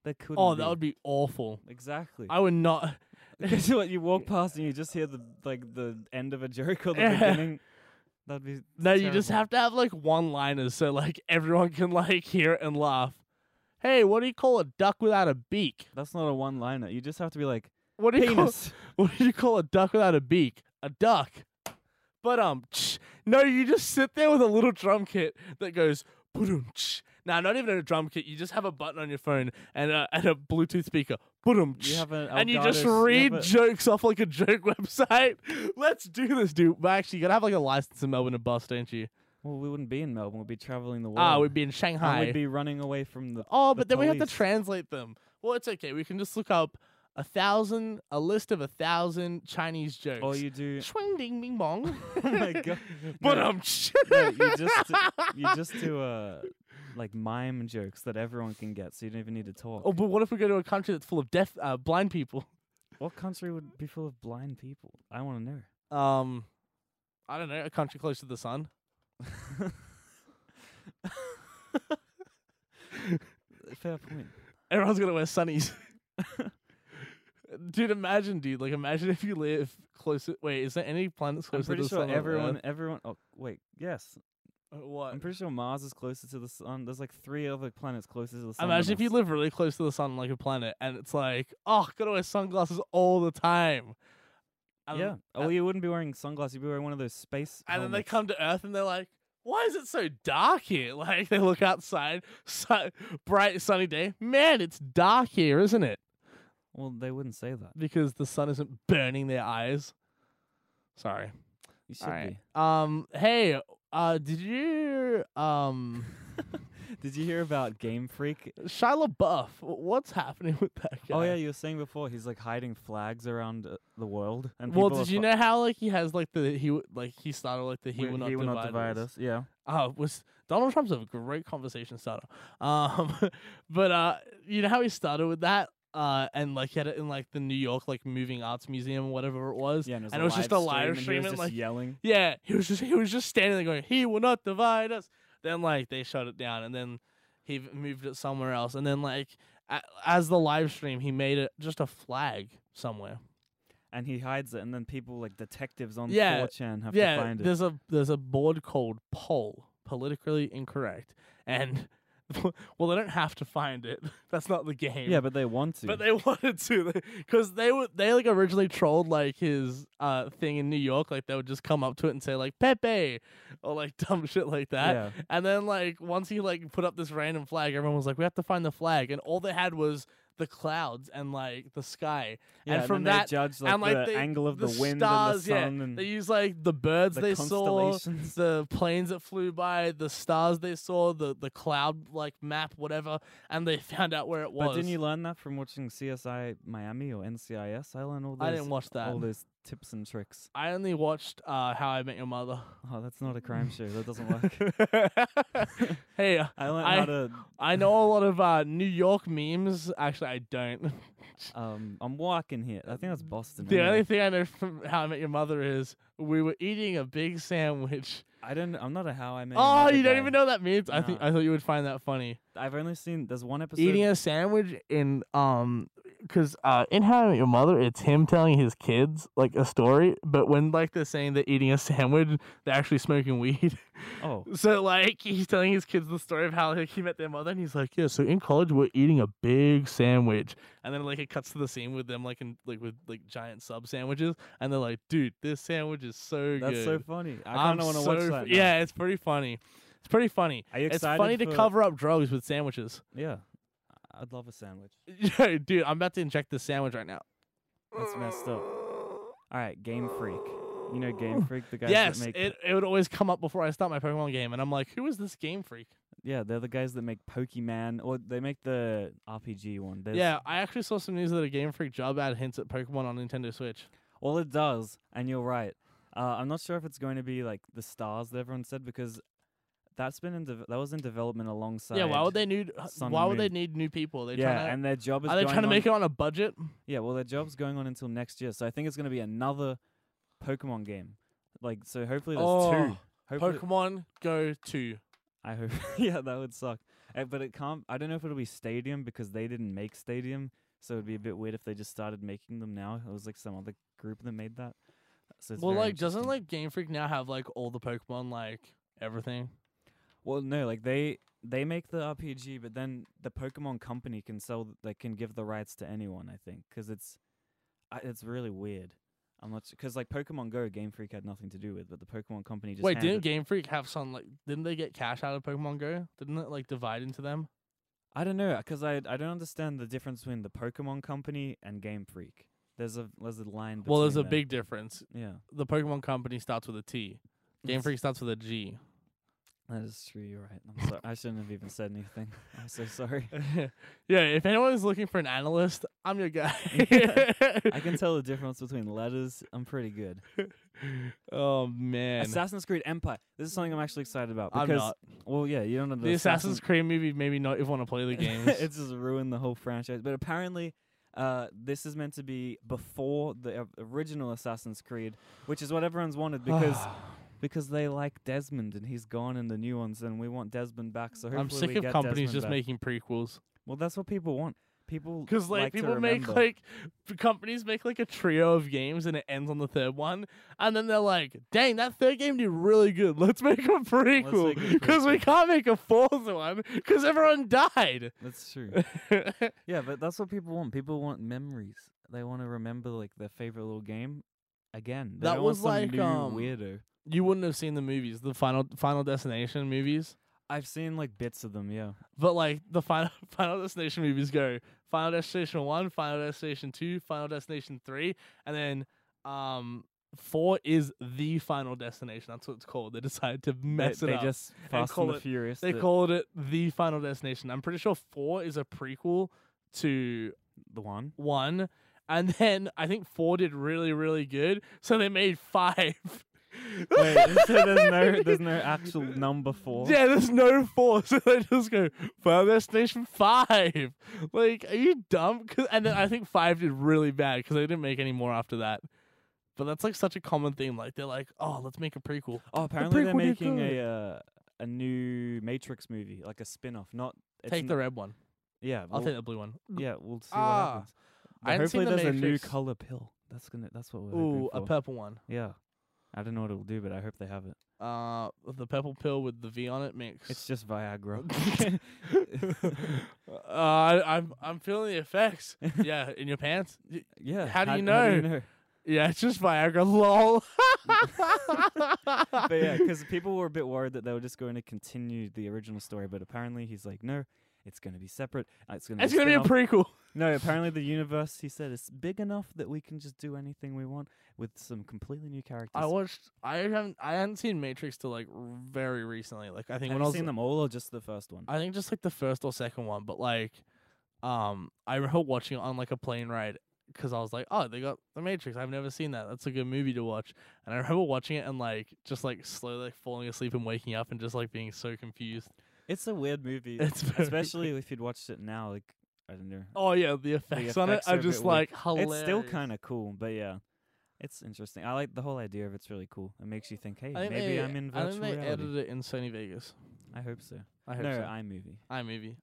Speaker 8: There could.
Speaker 7: Oh, that would be awful.
Speaker 8: exactly. [LAUGHS]
Speaker 7: I would not.
Speaker 8: It's what you walk past and you just hear the like the end of a joke or the
Speaker 7: Yeah.
Speaker 8: beginning. That'd be
Speaker 7: No, you just
Speaker 8: terrible.
Speaker 7: have to have like one liners so like everyone can like hear it and laugh. Hey, what do you call a duck without a beak?
Speaker 8: That's not a one liner. You just have to be
Speaker 7: [LAUGHS]
Speaker 8: like
Speaker 7: What do you call,
Speaker 8: penis.
Speaker 7: what do you call a duck without a beak? A duck. But um, tch. no, you just sit there with a little drum kit that goes boom. Now, not even a drum kit. You just have a button on your phone and a, and a Bluetooth speaker. Boom.
Speaker 8: You have an
Speaker 7: [LAUGHS] and you
Speaker 8: Elgato-
Speaker 7: just
Speaker 8: you have
Speaker 7: read
Speaker 8: a-
Speaker 7: jokes off like a joke [LAUGHS] website. Let's do this, dude. But actually, you gotta have like a license in Melbourne to bust, don't you?
Speaker 8: Well, we wouldn't be in Melbourne. We'd be traveling the world.
Speaker 7: Ah, we'd be in
Speaker 8: And
Speaker 7: Shanghai.
Speaker 8: we'd be running away from the.
Speaker 7: Oh,
Speaker 8: the
Speaker 7: but then we have to
Speaker 8: police.
Speaker 7: translate them. Well, it's okay. We can just look up a thousand, a list of a thousand Chinese jokes.
Speaker 8: Or Oh, you do.
Speaker 7: Swing ding bing bong.
Speaker 8: [LAUGHS]
Speaker 7: [LAUGHS]
Speaker 8: oh my god.
Speaker 7: But
Speaker 8: No,
Speaker 7: um,
Speaker 8: no, you just
Speaker 7: [LAUGHS]
Speaker 8: you just do uh like mime jokes that everyone can get, so you don't even need to talk.
Speaker 7: oh, but what if we go to a country that's full of deaf, uh, blind people?
Speaker 8: What country would be full of blind people? I want to know.
Speaker 7: Um, I don't know, a country close to the sun. [LAUGHS]
Speaker 8: Fair point.
Speaker 7: Everyone's gonna wear sunnies. [LAUGHS] dude, imagine, dude. Like, imagine if you live closer. Wait, is there any planets
Speaker 8: I'm
Speaker 7: closer to
Speaker 8: pretty
Speaker 7: the
Speaker 8: sure
Speaker 7: sun? than
Speaker 8: everyone,
Speaker 7: Earth?
Speaker 8: everyone. Oh wait, yes.
Speaker 7: Uh, What?
Speaker 8: I'm pretty sure Mars is closer to the sun. There's like three other planets closer to the sun. than
Speaker 7: Imagine if you
Speaker 8: us.
Speaker 7: live really close to the sun, like a planet, and it's like, oh, gotta wear sunglasses all the time. And
Speaker 8: Yeah.
Speaker 7: Then,
Speaker 8: Oh, you wouldn't be wearing sunglasses. You'd be wearing one of those space.
Speaker 7: and then they
Speaker 8: helmets.
Speaker 7: come to Earth and they're like, why is it so dark here? [LAUGHS] Like they look outside, su- bright sunny day. Man, it's dark here, isn't it?
Speaker 8: Well, they wouldn't say that.
Speaker 7: Because the sun isn't burning their eyes. Sorry.
Speaker 8: You should
Speaker 7: All right. Um. Hey. Uh. Did you um.
Speaker 8: be. Did you hear
Speaker 7: [LAUGHS]
Speaker 8: about Game Freak?
Speaker 7: Shia LaBeouf? What's happening [LAUGHS] with that guy?
Speaker 8: Oh yeah, you were saying before he's like hiding flags around uh, the world. And
Speaker 7: Well,
Speaker 8: people are
Speaker 7: did you
Speaker 8: fu-
Speaker 7: know how like he has like the he w- like he started like the he,
Speaker 8: We-
Speaker 7: will not,
Speaker 8: he will
Speaker 7: divide
Speaker 8: not divide us. Yeah.
Speaker 7: Oh, was Donald Trump's a great conversation starter. Um, [LAUGHS] but uh, you know how he started with that. Uh, and like he had it in like the New York like moving arts museum or whatever it was.
Speaker 8: [LAUGHS] Yeah. And
Speaker 7: it was just a live stream.
Speaker 8: And he was
Speaker 7: and,
Speaker 8: just
Speaker 7: like
Speaker 8: yelling.
Speaker 7: yeah, he was just he was just standing there going, "He will not divide us." Then like they shut it down, and then he v- moved it somewhere else, and then like a- as the live stream, he made it just a flag somewhere.
Speaker 8: and he hides it, and then people like detectives on
Speaker 7: Yeah,
Speaker 8: 4chan have
Speaker 7: yeah,
Speaker 8: to find it.
Speaker 7: there's a there's a board called Poll, politically incorrect, and [LAUGHS] well, they don't have to find it. [LAUGHS] That's not the game.
Speaker 8: Yeah, but they want to.
Speaker 7: but they [LAUGHS] wanted to because they were they like originally trolled like his uh thing in New York. Like they would just come up to it and say like Pepe or like [LAUGHS] dumb shit like that.
Speaker 8: Yeah.
Speaker 7: And then like once he like put up this random flag, everyone was like, we have to find the flag, and all they had was the clouds and like the sky.
Speaker 8: yeah,
Speaker 7: and from
Speaker 8: then
Speaker 7: that
Speaker 8: they judge like,
Speaker 7: and like
Speaker 8: the
Speaker 7: they-
Speaker 8: angle of the, wind and
Speaker 7: stars,
Speaker 8: the sun
Speaker 7: yeah.
Speaker 8: and
Speaker 7: they use like the birds
Speaker 8: the
Speaker 7: they saw,
Speaker 8: constellations.
Speaker 7: the planes that flew by, the stars they saw, the the cloud like map, whatever, and they [LAUGHS] found out where it was.
Speaker 8: But didn't you learn that from watching CSI Miami or NCIS? I learned all those.
Speaker 7: I didn't watch that.
Speaker 8: All those tips and tricks. [LAUGHS]
Speaker 7: I only watched uh, How I Met Your Mother. [LAUGHS]
Speaker 8: Oh, that's not a crime show. That doesn't work.
Speaker 7: hey, uh,
Speaker 8: I learned
Speaker 7: I-
Speaker 8: how to.
Speaker 7: I know a lot of uh, New York memes. Actually, I don't. [LAUGHS]
Speaker 8: Um, I'm walking here. I think that's Boston.
Speaker 7: The
Speaker 8: anyway.
Speaker 7: only thing I know from How I Met Your Mother is we were eating a big
Speaker 8: [LAUGHS]
Speaker 7: sandwich.
Speaker 8: I don't. I'm not a how I met. Your
Speaker 7: Oh,
Speaker 8: Mother
Speaker 7: you don't
Speaker 8: guy.
Speaker 7: even know what that means? I think
Speaker 8: Nah.
Speaker 7: I thought you would find that funny.
Speaker 8: I've only seen there's one episode.
Speaker 7: Eating a sandwich in um, because uh, in How I Met Your Mother, it's him telling his kids like a story, but when like they're saying they're eating a sandwich, they're actually smoking weed. [LAUGHS]
Speaker 8: oh,
Speaker 7: So like he's telling his kids the story of how like, he met their mother, and he's like, "Yeah, so in college we're eating a big sandwich," and then like it cuts to the scene with them like in like with like giant sub sandwiches, and they're like, "Dude, this sandwich is so
Speaker 8: that's
Speaker 7: good."
Speaker 8: so funny. I kind
Speaker 7: I'm
Speaker 8: of want to
Speaker 7: so
Speaker 8: watch
Speaker 7: f-
Speaker 8: that. now.
Speaker 7: Yeah, it's pretty funny. It's pretty funny.
Speaker 8: Are you
Speaker 7: it's
Speaker 8: excited
Speaker 7: funny to
Speaker 8: for-
Speaker 7: cover up drugs with
Speaker 8: [LAUGHS]
Speaker 7: sandwiches.
Speaker 8: yeah. I'd love a sandwich.
Speaker 7: Yo, dude, I'm about to inject this sandwich right now.
Speaker 8: That's messed up. All right, Game Freak. You know Game Freak, the guys
Speaker 7: yes,
Speaker 8: that make
Speaker 7: it, it would always come up before I start my Pokemon game, and I'm like, "Who is this game freak?"
Speaker 8: yeah, they're the guys that make Pokemon or they make the RPG one. There's,
Speaker 7: Yeah, I actually saw some news that a Game Freak job ad hints at Pokemon on Nintendo Switch.
Speaker 8: Well, it does, and you're right. Uh, I'm not sure if it's going to be like the stars that everyone said because that's been in dev that was in development alongside.
Speaker 7: Yeah, why would they need?
Speaker 8: Sun
Speaker 7: why
Speaker 8: and
Speaker 7: would they
Speaker 8: Moon.
Speaker 7: need new people? They
Speaker 8: yeah,
Speaker 7: trying
Speaker 8: and their job
Speaker 7: to,
Speaker 8: is
Speaker 7: are they
Speaker 8: going
Speaker 7: trying to
Speaker 8: on,
Speaker 7: make it on a budget?
Speaker 8: Yeah, well, their job's going on until next year, so I think it's going to be another Pokemon game. Like, so hopefully there's two.
Speaker 7: Oh,
Speaker 8: Hopefully,
Speaker 7: Pokemon Go two.
Speaker 8: I hope. [LAUGHS] yeah, that would suck. Uh, but it can't. I don't know if it'll be Stadium because they didn't make Stadium, so it'd be a bit weird if they just started making them now. It was like some other group that made that. So it's
Speaker 7: well,
Speaker 8: very
Speaker 7: like doesn't
Speaker 8: interesting.
Speaker 7: like Game Freak now have like all the Pokemon like everything?
Speaker 8: Well, no, like they they make the RPG, but then the Pokemon company can sell, th- like, can give the rights to anyone. I think because it's I, it's really weird. I'm not because like Pokemon Go, Game Freak had nothing to do with, but the Pokemon company just
Speaker 7: Wait, didn't
Speaker 8: handed-
Speaker 7: Game Freak have some like? Didn't they get cash out of Pokemon Go? Didn't it like divide into them?
Speaker 8: I don't know because I I don't understand the difference between the Pokemon company and Game Freak. There's a there's a line.
Speaker 7: well, there's a
Speaker 8: between them.
Speaker 7: big difference.
Speaker 8: yeah.
Speaker 7: The Pokemon company starts with a T. Game
Speaker 8: That's-
Speaker 7: Freak starts with a G.
Speaker 8: That is true. You're right. I'm sorry. I shouldn't have even said anything. [LAUGHS] I'm so sorry.
Speaker 7: yeah, if anyone's looking for an analyst, I'm your [LAUGHS] guy.
Speaker 8: I can tell the difference between letters. I'm pretty good.
Speaker 7: [LAUGHS] oh man,
Speaker 8: Assassin's Creed Empire. This is something I'm actually excited about
Speaker 7: I'm
Speaker 8: because
Speaker 7: not.
Speaker 8: well, yeah, you don't know
Speaker 7: The Assassin's Creed movie made me not even want to play the games.
Speaker 8: it's just ruined the whole franchise. But apparently, uh, this is meant to be before the o- original Assassin's Creed, which is what everyone's wanted because
Speaker 7: [SIGHS]
Speaker 8: because they like Desmond and he's gone in the new ones, and we want Desmond back. So hopefully
Speaker 7: I'm sick
Speaker 8: we
Speaker 7: of
Speaker 8: get
Speaker 7: companies
Speaker 8: Desmond
Speaker 7: just
Speaker 8: back.
Speaker 7: making prequels
Speaker 8: Well, that's what people want. People
Speaker 7: because like,
Speaker 8: like to
Speaker 7: people make
Speaker 8: remember.
Speaker 7: like p- companies make like a trio of games and it ends on the third one, and then they're like, "Dang, that third game did really good. Let's make a prequel
Speaker 8: a
Speaker 7: because we
Speaker 8: prequel."
Speaker 7: can't make a fourth one because everyone died."
Speaker 8: [LAUGHS]
Speaker 7: [LAUGHS]
Speaker 8: That's true. yeah, but that's what people want. People want memories. They want to remember like their favorite little game again. They
Speaker 7: That
Speaker 8: don't
Speaker 7: was
Speaker 8: want
Speaker 7: like,
Speaker 8: some new
Speaker 7: um,
Speaker 8: weirdo.
Speaker 7: you wouldn't have seen the movies, the final Final Destination movies.
Speaker 8: I've seen like bits of them. Yeah.
Speaker 7: But like the final [LAUGHS] Final Destination movies go Final Destination One, Final Destination Two, Final Destination Three, and then um four is the Final Destination. That's what it's called. They decided to mess
Speaker 8: they,
Speaker 7: it
Speaker 8: they
Speaker 7: up.
Speaker 8: just uh, Fast
Speaker 7: call
Speaker 8: and the
Speaker 7: it-
Speaker 8: Furious.
Speaker 7: they
Speaker 8: the,
Speaker 7: called it the Final Destination. I'm pretty sure four is a prequel to
Speaker 8: the
Speaker 7: [LAUGHS]
Speaker 8: one.
Speaker 7: one, and [LAUGHS] then I think four did really really good, so they made five.
Speaker 8: Wait, so there's no there's no
Speaker 7: [LAUGHS]
Speaker 8: actual number four.
Speaker 7: Yeah, there's no four, [LAUGHS] so they just go Final Destination Five. [LAUGHS] Like, are you dumb? 'Cause- and then I think five did really bad because they didn't make any more after that. But that's like such a common thing. Like they're like, oh, let's make a prequel.
Speaker 8: Oh, apparently they're
Speaker 7: prequel did
Speaker 8: making
Speaker 7: good.
Speaker 8: a uh, a new Matrix movie, like a spin-off. Not it's
Speaker 7: take
Speaker 8: n-
Speaker 7: the red one.
Speaker 8: yeah.
Speaker 7: I'll
Speaker 8: we'll-
Speaker 7: take the blue one.
Speaker 8: yeah. We'll see
Speaker 7: Ah,
Speaker 8: what happens.
Speaker 7: I haven't seen
Speaker 8: hopefully
Speaker 7: The
Speaker 8: there's a new
Speaker 7: Matrix.
Speaker 8: color pill. That's gonna that's what we're hoping
Speaker 7: Ooh,
Speaker 8: for.
Speaker 7: a purple one.
Speaker 8: Yeah. I don't know what it'll do, but I hope they have it.
Speaker 7: Uh, the purple pill with the V on it mix.
Speaker 8: It's just Viagra. [LAUGHS]
Speaker 7: [LAUGHS] uh, I, I'm I'm feeling
Speaker 8: [LAUGHS]
Speaker 7: the effects. yeah, in your pants. Y-
Speaker 8: yeah.
Speaker 7: How do you [LAUGHS]
Speaker 8: know?
Speaker 7: Yeah, it's just Viagra. Lol.
Speaker 8: but yeah, because people were a bit worried that they were just going to continue the original story, but apparently he's like, no, it's going to be separate. uh, It's going to.
Speaker 7: It's gonna be a
Speaker 8: spin-off."
Speaker 7: prequel.
Speaker 8: no. Apparently the universe, he said, is big enough that we can just do anything we want with some completely new characters.
Speaker 7: I watched. I haven't. I hadn't seen Matrix till like r- very recently. Like I think
Speaker 8: Have
Speaker 7: when
Speaker 8: you
Speaker 7: I was.
Speaker 8: seen them all or just the first one?
Speaker 7: I think just like the first or second one, but like, um, I remember watching it on like a plane ride because I was like, oh, they got the Matrix. I've never seen that. That's a good movie to watch. And I remember watching it and like just like slowly like falling asleep and waking up and just like being so confused. [LAUGHS]
Speaker 8: it's a weird movie, [LAUGHS]
Speaker 7: It's very-
Speaker 8: especially if you'd watched it now. Like I don't know.
Speaker 7: [LAUGHS] Oh yeah, the effects, on it
Speaker 8: effects are
Speaker 7: are
Speaker 8: a
Speaker 7: just
Speaker 8: bit weird.
Speaker 7: like hilarious.
Speaker 8: It's still kind of cool, but yeah, it's interesting. I like the whole idea of it's really cool. It makes you think, hey,
Speaker 7: I think
Speaker 8: maybe
Speaker 7: they,
Speaker 8: I'm in
Speaker 7: I
Speaker 8: virtual
Speaker 7: think they
Speaker 8: reality.
Speaker 7: edited it in Sony Vegas.
Speaker 8: I hope so.
Speaker 7: I hope
Speaker 8: no,
Speaker 7: so.
Speaker 8: iMovie.
Speaker 7: iMovie,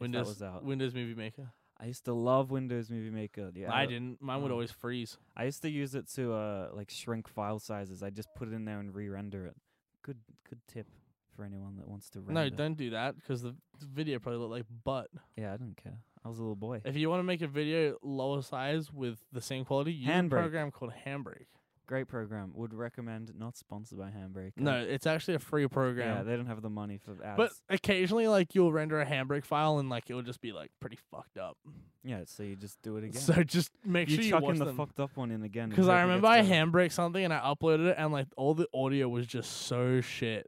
Speaker 7: Windows
Speaker 8: was out.
Speaker 7: Windows Movie Maker.
Speaker 8: I used to love Windows Movie Maker. Yeah,
Speaker 7: I didn't. Mine would
Speaker 8: Oh.
Speaker 7: always freeze.
Speaker 8: I used to use it to uh like shrink file sizes. I just put it in there and re-render it. Good, good tip for anyone that wants to render.
Speaker 7: No, don't do that because the the video probably looked like butt.
Speaker 8: Yeah, I don't care. I was a little boy.
Speaker 7: If you want to make a video lower size with the same quality, use a
Speaker 8: Handbrake.
Speaker 7: program called Handbrake.
Speaker 8: Great program. Would recommend. Not sponsored by Handbrake. uh,
Speaker 7: No, it's actually a free
Speaker 8: Yeah,
Speaker 7: program.
Speaker 8: they don't have the money for ads.
Speaker 7: but occasionally, like you'll render a Handbrake file and like it'll just be like pretty fucked up.
Speaker 8: yeah, so you just do it again.
Speaker 7: So just [LAUGHS] make
Speaker 8: you
Speaker 7: sure you
Speaker 8: chuck
Speaker 7: watch
Speaker 8: in the
Speaker 7: them.
Speaker 8: fucked up one in again. and
Speaker 7: Because I
Speaker 8: hope it
Speaker 7: remember I
Speaker 8: gets better.
Speaker 7: handbrake something and I uploaded it and like all the audio was just so shit.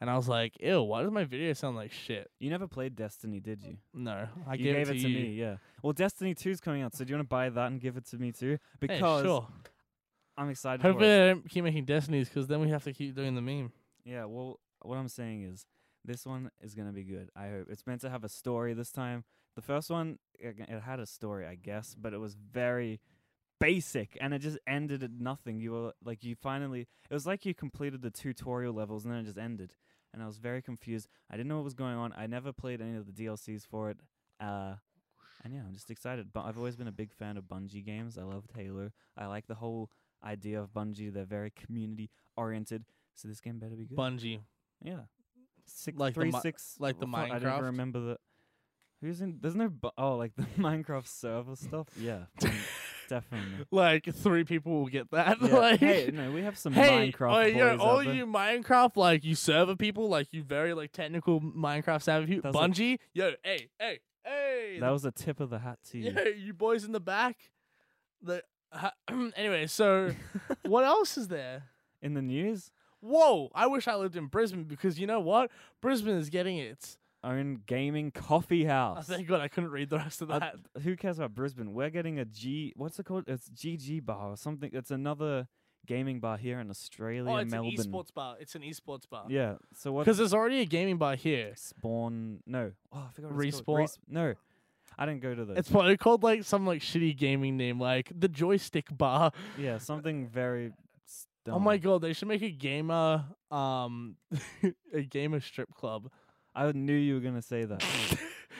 Speaker 7: And I was like, ew, why does my video sound like shit?
Speaker 8: You never played Destiny, did you?
Speaker 7: No, I
Speaker 8: you
Speaker 7: gave,
Speaker 8: gave
Speaker 7: it to, you.
Speaker 8: me, yeah. Well, Destiny 2 is coming out, so do you want to buy that and give it to me too?
Speaker 7: Hey,
Speaker 8: Because
Speaker 7: sure.
Speaker 8: I'm excited for
Speaker 7: Hopefully
Speaker 8: it.
Speaker 7: they don't keep making Destinies because then we have to keep doing the meme.
Speaker 8: Yeah, well, what I'm saying is this one is going to be good. I hope. It's meant to have a story this time. The first one, it it had a story, I guess, but it was very basic and it just ended at nothing. You were like, you finally, it was like you completed the tutorial levels and then it just ended. And I was very confused. I didn't know what was going on. I never played any of the DLCs for it. Uh, and yeah, I'm just excited. But I've always been a big fan of Bungie games. I love Halo. I like the whole idea of Bungie. They're very community oriented. So this game better be good.
Speaker 7: Bungie.
Speaker 8: Yeah. Six,
Speaker 7: Like the
Speaker 8: three,
Speaker 7: Mi-
Speaker 8: six- Oh,
Speaker 7: like the
Speaker 8: fuck, I don't
Speaker 7: Minecraft?
Speaker 8: even remember the. Who's in? There's no. Bu- oh, like the [LAUGHS] Minecraft server stuff.
Speaker 7: [LAUGHS]
Speaker 8: Yeah, mm, definitely.
Speaker 7: Like three people will get that. [LAUGHS]
Speaker 8: Yeah.
Speaker 7: like,
Speaker 8: hey, no, we have some
Speaker 7: hey,
Speaker 8: Minecraft
Speaker 7: oh,
Speaker 8: boys
Speaker 7: yeah,
Speaker 8: out
Speaker 7: all
Speaker 8: there.
Speaker 7: you Minecraft, like you server people, like you very like technical Minecraft savvy people.
Speaker 8: That's a-
Speaker 7: Bungie, yo, hey, hey, hey.
Speaker 8: That
Speaker 7: the
Speaker 8: was a tip of the hat to you.
Speaker 7: Yeah, you boys in the back. The ha- [CLEARS THROAT] anyway, so
Speaker 8: [LAUGHS]
Speaker 7: what else is there?
Speaker 8: In the news,
Speaker 7: Whoa! I wish I lived in Brisbane because you know what? Brisbane is getting its.
Speaker 8: own gaming coffee
Speaker 7: Oh,
Speaker 8: house.
Speaker 7: thank God I couldn't read the rest of
Speaker 8: Uh,
Speaker 7: that.
Speaker 8: who cares about Brisbane? We're getting a G. What's it called? It's GG Bar or something. It's another gaming bar here in Australia,
Speaker 7: oh, it's
Speaker 8: Melbourne.
Speaker 7: an esports bar. It's an esports bar.
Speaker 8: Yeah. So what?
Speaker 7: Because there's already a gaming bar here.
Speaker 8: Spawn. No. Oh, I forgot. What it's called.
Speaker 7: Respawn-
Speaker 8: Res- no. I didn't go to those.
Speaker 7: It's [LAUGHS] probably called like some like shitty gaming name, like the joystick bar.
Speaker 8: Yeah, something very. s- Dumb.
Speaker 7: Oh my god, they should make a gamer, um, [LAUGHS] a gamer strip club.
Speaker 8: I knew you were gonna say
Speaker 7: [LAUGHS]
Speaker 8: that.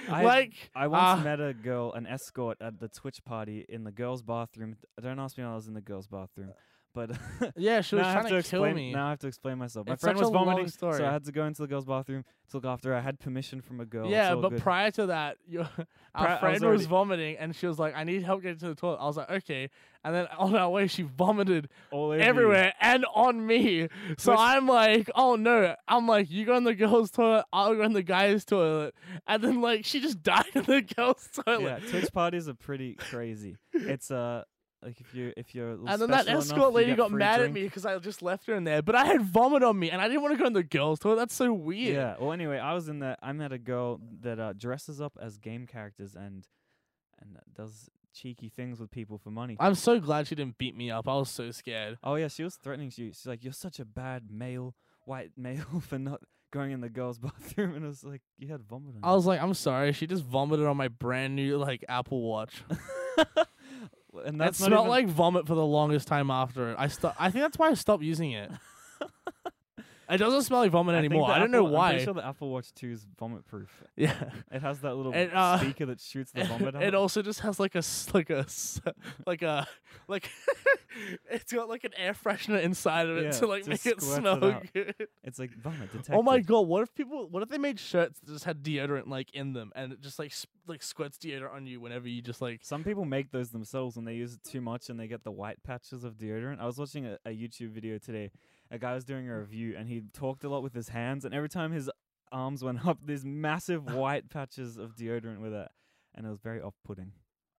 Speaker 8: I-
Speaker 7: like
Speaker 8: I once
Speaker 7: uh,
Speaker 8: met a girl, an escort, at the Twitch party in the girls' bathroom. Don't ask me how I was in the girls' bathroom, but [LAUGHS]
Speaker 7: Yeah, she was
Speaker 8: now I have
Speaker 7: trying
Speaker 8: to,
Speaker 7: to, kill
Speaker 8: explain.
Speaker 7: me.
Speaker 8: Now I have to explain myself. My
Speaker 7: It's
Speaker 8: friend
Speaker 7: such
Speaker 8: was
Speaker 7: a long
Speaker 8: vomiting, so
Speaker 7: story.
Speaker 8: I had to go into the girls' bathroom to look after. her. I had permission from a girl. it's
Speaker 7: Yeah,
Speaker 8: all
Speaker 7: but
Speaker 8: good.
Speaker 7: prior to that, [LAUGHS] your, our
Speaker 8: Pri- I was
Speaker 7: friend was,
Speaker 8: already-
Speaker 7: vomiting, and she was like, "I need help getting to the toilet." I was like, "Okay," and then on our way, she vomited
Speaker 8: all over you.
Speaker 7: everywhere and on me. So
Speaker 8: Which-
Speaker 7: I'm like, "Oh no!" I'm like, "You go in the girls' toilet, I'll go in the guys' toilet," and then like she just [LAUGHS] died in the girls'
Speaker 8: Yeah,
Speaker 7: toilet.
Speaker 8: Twitch parties are pretty crazy. It's uh like if you if you're a little
Speaker 7: and then that
Speaker 8: special enough,
Speaker 7: escort
Speaker 8: you
Speaker 7: lady
Speaker 8: get
Speaker 7: got
Speaker 8: free
Speaker 7: mad
Speaker 8: drink.
Speaker 7: at me because I just left her in there, but I had vomit on me, and I didn't want to go in the girls' toilet. That's so weird.
Speaker 8: Yeah. Well, anyway, I was in that. I met a girl that uh, dresses up as game characters and and does cheeky things with people for money.
Speaker 7: I'm so glad she didn't beat me up. I was so scared.
Speaker 8: oh yeah, she was threatening you. She's like, "You're such a bad male, white male, [LAUGHS] for not going in the girls' [LAUGHS] bathroom." And I was like, "You had vomit
Speaker 7: I
Speaker 8: on."
Speaker 7: was like, I'm sorry. She just vomited on my brand new like Apple [LAUGHS] Watch.
Speaker 8: you." and
Speaker 7: That
Speaker 8: that's not
Speaker 7: smelled
Speaker 8: even-
Speaker 7: like vomit for the longest time after it. I sto- I think that's why I stopped using [LAUGHS] it. it doesn't smell like vomit
Speaker 8: I think
Speaker 7: anymore.
Speaker 8: the
Speaker 7: I don't know
Speaker 8: Apple- I'm
Speaker 7: why.
Speaker 8: pretty sure the Apple Watch 2 is vomit proof.
Speaker 7: [LAUGHS] yeah.
Speaker 8: It has that little
Speaker 7: And, uh,
Speaker 8: speaker that shoots
Speaker 7: [LAUGHS]
Speaker 8: the vomit out.
Speaker 7: it also just has like a s- like a s- like a like [LAUGHS] it's got like an air freshener inside of it
Speaker 8: Yeah,
Speaker 7: to like
Speaker 8: just
Speaker 7: make it
Speaker 8: squirts it
Speaker 7: smell [LAUGHS]
Speaker 8: out.
Speaker 7: good.
Speaker 8: it's like vomit detected.
Speaker 7: Oh my god! What if people? What if they made shirts that just had deodorant like in them and it just like sp- like squirts deodorant on you whenever you just like
Speaker 8: Some people make those themselves when they use it too much and they get the white patches of deodorant. I was watching a, a YouTube video today. A guy was doing a review and he talked a lot with his hands, and every time his arms went [LAUGHS] up, these massive
Speaker 7: [LAUGHS]
Speaker 8: white patches of deodorant with it. And it was very off putting.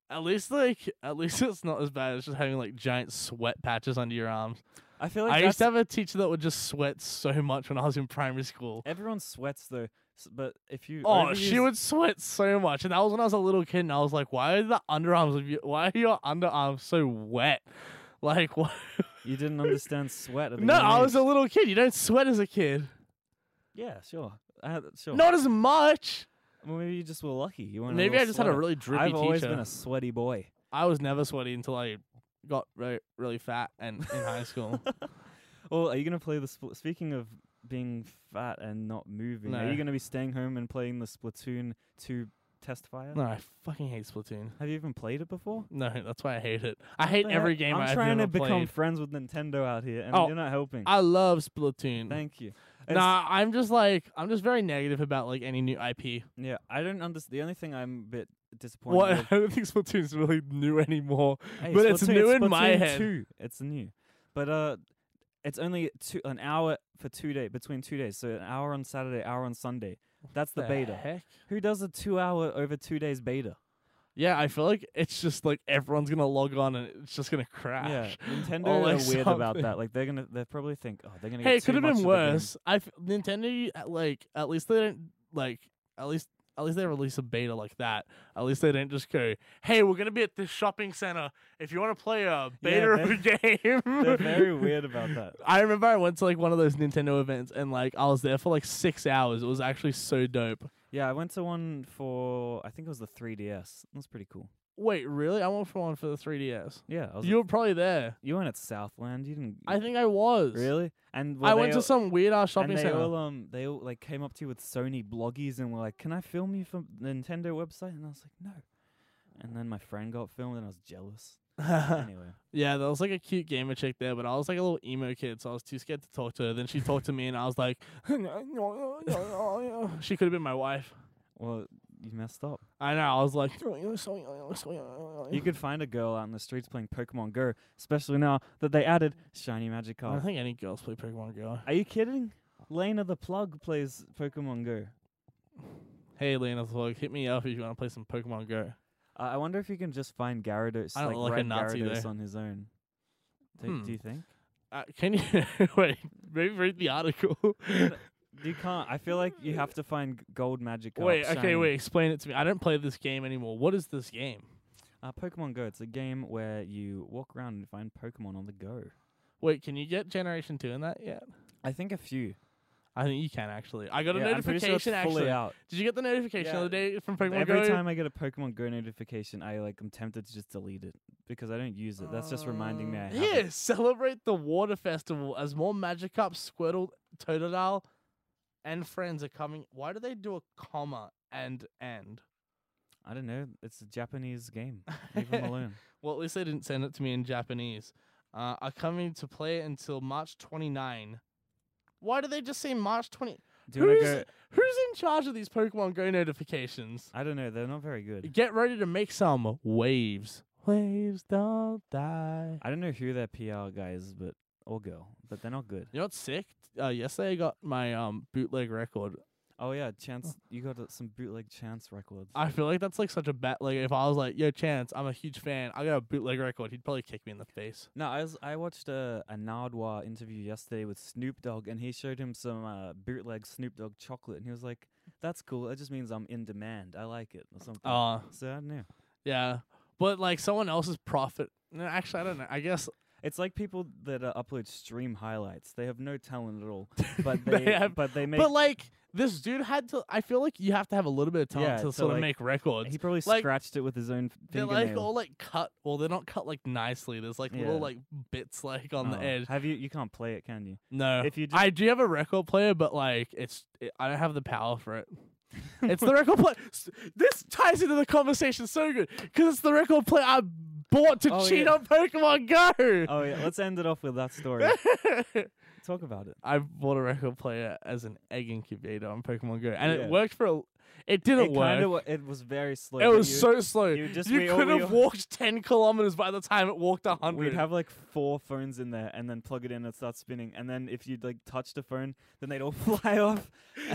Speaker 7: At least like at least [LAUGHS] it's not as bad as just having like giant sweat patches under your arms.
Speaker 8: I feel like
Speaker 7: I used
Speaker 8: that's,
Speaker 7: to have a teacher that would just sweat so much when I was in primary school.
Speaker 8: everyone sweats though, s- but if you.
Speaker 7: Oh,
Speaker 8: overuse-
Speaker 7: she would sweat so much, and that was when I was a little kid, and I was like, "Why are the underarms of you? Why are your underarms so wet? [LAUGHS] Like, what?
Speaker 8: You didn't understand sweat. At a
Speaker 7: no,
Speaker 8: young
Speaker 7: I was a
Speaker 8: age.
Speaker 7: little kid. You don't sweat as a kid,
Speaker 8: Oh. Yeah, sure. I had, sure.
Speaker 7: not as much.
Speaker 8: Well, maybe you just were lucky. You weren't
Speaker 7: Maybe
Speaker 8: little
Speaker 7: I just had a
Speaker 8: sweater.
Speaker 7: really drippy
Speaker 8: I've always been
Speaker 7: teacher.
Speaker 8: a sweaty boy.
Speaker 7: I was never sweaty until I got re- really fat and in
Speaker 8: [LAUGHS]
Speaker 7: high school.
Speaker 8: Well, are you gonna play the spl- speaking of being fat and not moving? Are
Speaker 7: No.
Speaker 8: you gonna be staying home and playing the Splatoon two test fire?
Speaker 7: No, I fucking hate Splatoon.
Speaker 8: Have you even played it before?
Speaker 7: No, that's why I hate it. I hate
Speaker 8: The
Speaker 7: every
Speaker 8: heck?
Speaker 7: game
Speaker 8: I'm
Speaker 7: I've
Speaker 8: trying
Speaker 7: ever
Speaker 8: to become
Speaker 7: played.
Speaker 8: friends with Nintendo out here, and
Speaker 7: Oh,
Speaker 8: you're not helping.
Speaker 7: I love Splatoon.
Speaker 8: Thank you. It's-
Speaker 7: nah, I'm just like I'm just very negative about like any new IP.
Speaker 8: Yeah, I don't understand. The only thing I'm a bit disappointed.
Speaker 7: [LAUGHS] Well, I
Speaker 8: with-
Speaker 7: don't think Splatoon's really new anymore.
Speaker 8: Hey,
Speaker 7: but it's
Speaker 8: Splatoon-
Speaker 7: new in my
Speaker 8: Splatoon
Speaker 7: head.
Speaker 8: 2, It's new, but uh, it's only two an hour for two day between two days. So an hour on Saturday, hour on Sunday. That's the, beta.
Speaker 7: heck?
Speaker 8: Who does a two hour over two days beta?
Speaker 7: Yeah, I feel like it's just like everyone's gonna log on and it's just gonna crash.
Speaker 8: Yeah, Nintendo
Speaker 7: Or,
Speaker 8: are
Speaker 7: like,
Speaker 8: weird about
Speaker 7: something.
Speaker 8: that. Like they're gonna, they probably think, oh, they're gonna.
Speaker 7: Hey,
Speaker 8: get
Speaker 7: it could
Speaker 8: too
Speaker 7: have
Speaker 8: much
Speaker 7: been
Speaker 8: of the game."
Speaker 7: worse. I f- Nintendo uh, like at least they didn't like at least at least they release a beta like that. At least they didn't just go, "Hey, we're gonna be at this shopping center. If you want to play a beta of a [LAUGHS] game."
Speaker 8: [LAUGHS] They're
Speaker 7: [LAUGHS]
Speaker 8: very weird about that.
Speaker 7: I remember I went to like one of those Nintendo events and like I was there for like six hours. It was actually so dope.
Speaker 8: Yeah, I went to one for I think it was the 3DS. That was pretty cool.
Speaker 7: Wait, really? I went for one for the 3DS.
Speaker 8: Yeah, I was
Speaker 7: You were probably there.
Speaker 8: you weren't at Southland. You didn't.
Speaker 7: I think I was.
Speaker 8: really. And were
Speaker 7: I went
Speaker 8: they
Speaker 7: to
Speaker 8: all-
Speaker 7: some weird ass
Speaker 8: And
Speaker 7: shopping
Speaker 8: they
Speaker 7: center.
Speaker 8: all um they all like came up to you with Sony bloggies and were like, "Can I film you from the Nintendo website?" And I was like, "No." And then my friend got filmed, and I was
Speaker 7: [LAUGHS]
Speaker 8: jealous. anyway,
Speaker 7: Yeah, there was like a cute gamer chick there, but I was like a little emo kid, so I was too scared to talk to her. Then she talked to me, and I was like, [LAUGHS] she could have been my wife.
Speaker 8: well, you messed up.
Speaker 7: I know. I was
Speaker 8: [LAUGHS]
Speaker 7: like,
Speaker 8: You could find a girl out in the streets playing Pokemon Go, especially now that they added shiny
Speaker 7: I don't
Speaker 8: Magikarp.
Speaker 7: think any girls play Pokemon Go.
Speaker 8: Are you kidding? Lena the Plug plays Pokemon Go.
Speaker 7: Hey, Lena, look, hit me up if you want to play some Pokemon Go.
Speaker 8: Uh, I wonder if you can just find Gyarados,
Speaker 7: I don't
Speaker 8: like,
Speaker 7: look like a
Speaker 8: red
Speaker 7: Nazi
Speaker 8: Gyarados
Speaker 7: there.
Speaker 8: on his own. Do,
Speaker 7: Hmm.
Speaker 8: do you think?
Speaker 7: Uh, can you [LAUGHS] wait? Maybe read the article. [LAUGHS]
Speaker 8: You can't. I feel like you have to find g- Gold Magikarp.
Speaker 7: wait, okay,
Speaker 8: shiny.
Speaker 7: wait. Explain it to me. I don't play this game anymore. What is this game?
Speaker 8: Uh, Pokemon Go. It's a game where you walk around and find Pokemon on the go.
Speaker 7: Wait, can you get Generation Two in that yet?
Speaker 8: I think a few.
Speaker 7: I think you can actually. I got a
Speaker 8: Yeah, I'm pretty
Speaker 7: notification
Speaker 8: sure it's fully
Speaker 7: actually.
Speaker 8: out.
Speaker 7: Did you get the notification
Speaker 8: Yeah,
Speaker 7: the other day from Pokemon
Speaker 8: Every
Speaker 7: Go?
Speaker 8: time I get a Pokemon Go notification, I like I'm tempted to just delete it because I don't use it. That's just reminding me. I have
Speaker 7: Uh, Yeah,
Speaker 8: it.
Speaker 7: celebrate the water festival as more Magikarp, Squirtle, Totodile, and friends are coming. Why do they do a comma and and?
Speaker 8: I don't know. It's a Japanese game.
Speaker 7: [LAUGHS]
Speaker 8: Leave 'em alone.
Speaker 7: Well, at least they didn't send it to me in Japanese. Uh, are coming to play it until March 29. Why do they just say March 20?
Speaker 8: Do you want to
Speaker 7: Who's,
Speaker 8: go?
Speaker 7: who's in charge of these Pokemon Go notifications?
Speaker 8: I don't know. They're not very good.
Speaker 7: Get ready to make some waves. Waves don't die.
Speaker 8: I don't know who their PR guy is, but or girl, but they're not good.
Speaker 7: You know what's sick? Uh, yesterday I got my um bootleg record.
Speaker 8: Oh yeah, Chance, you got uh, some bootleg Chance records.
Speaker 7: I feel like that's like such a bet. Like if I was like, "Yo, Chance, I'm a huge fan. I got a bootleg record," he'd probably kick me in the face.
Speaker 8: No, I was I watched uh, a, a Nardwar interview yesterday with Snoop Dogg, and he showed him some uh, bootleg Snoop Dogg chocolate, and he was like, "That's cool. That just means I'm in demand. I like it or something."
Speaker 7: Uh,
Speaker 8: so I don't know.
Speaker 7: yeah, but like someone else's profit. No, actually, I don't know. I guess
Speaker 8: It's like people that uh, upload stream highlights. They have no talent at
Speaker 7: [LAUGHS]
Speaker 8: all, but they,
Speaker 7: have-
Speaker 8: but they make.
Speaker 7: but like this dude had to. I feel like you have to have a little bit of time
Speaker 8: Yeah,
Speaker 7: to
Speaker 8: to,
Speaker 7: sort of
Speaker 8: like-
Speaker 7: make records.
Speaker 8: [LAUGHS] he probably
Speaker 7: like,
Speaker 8: scratched it with his own
Speaker 7: They're
Speaker 8: fingernail.
Speaker 7: like all like cut. Well, they're not cut like nicely. There's like
Speaker 8: Yeah.
Speaker 7: little like bits like on
Speaker 8: Oh,
Speaker 7: the edge.
Speaker 8: Have you? You can't play it,
Speaker 7: [LAUGHS]
Speaker 8: can you?
Speaker 7: No,
Speaker 8: If you
Speaker 7: I do have a record player, but like it's it, I don't have the power
Speaker 8: [LAUGHS]
Speaker 7: for it. it's the record player. This ties into the conversation so good because it's the record player I bought to
Speaker 8: Oh,
Speaker 7: cheat
Speaker 8: yeah.
Speaker 7: on Pokemon Go.
Speaker 8: Oh yeah, let's end it off with that
Speaker 7: [LAUGHS]
Speaker 8: story. Oh. Talk about it.
Speaker 7: I bought a record player as an egg incubator on Pokemon Go, and
Speaker 8: Yeah.
Speaker 7: it worked for. a It didn't
Speaker 8: it
Speaker 7: work.
Speaker 8: kind of it was very slow.
Speaker 7: it
Speaker 8: but
Speaker 7: was
Speaker 8: you-
Speaker 7: so slow.
Speaker 8: you
Speaker 7: You,
Speaker 8: just- we all-
Speaker 7: could
Speaker 8: we
Speaker 7: have
Speaker 8: all-
Speaker 7: walked ten kilometers by the time it walked a hundred.
Speaker 8: We'd have like four phones in there and then plug it in and start spinning. And then if you'd like touch the phone, then they'd all [LAUGHS] fly off.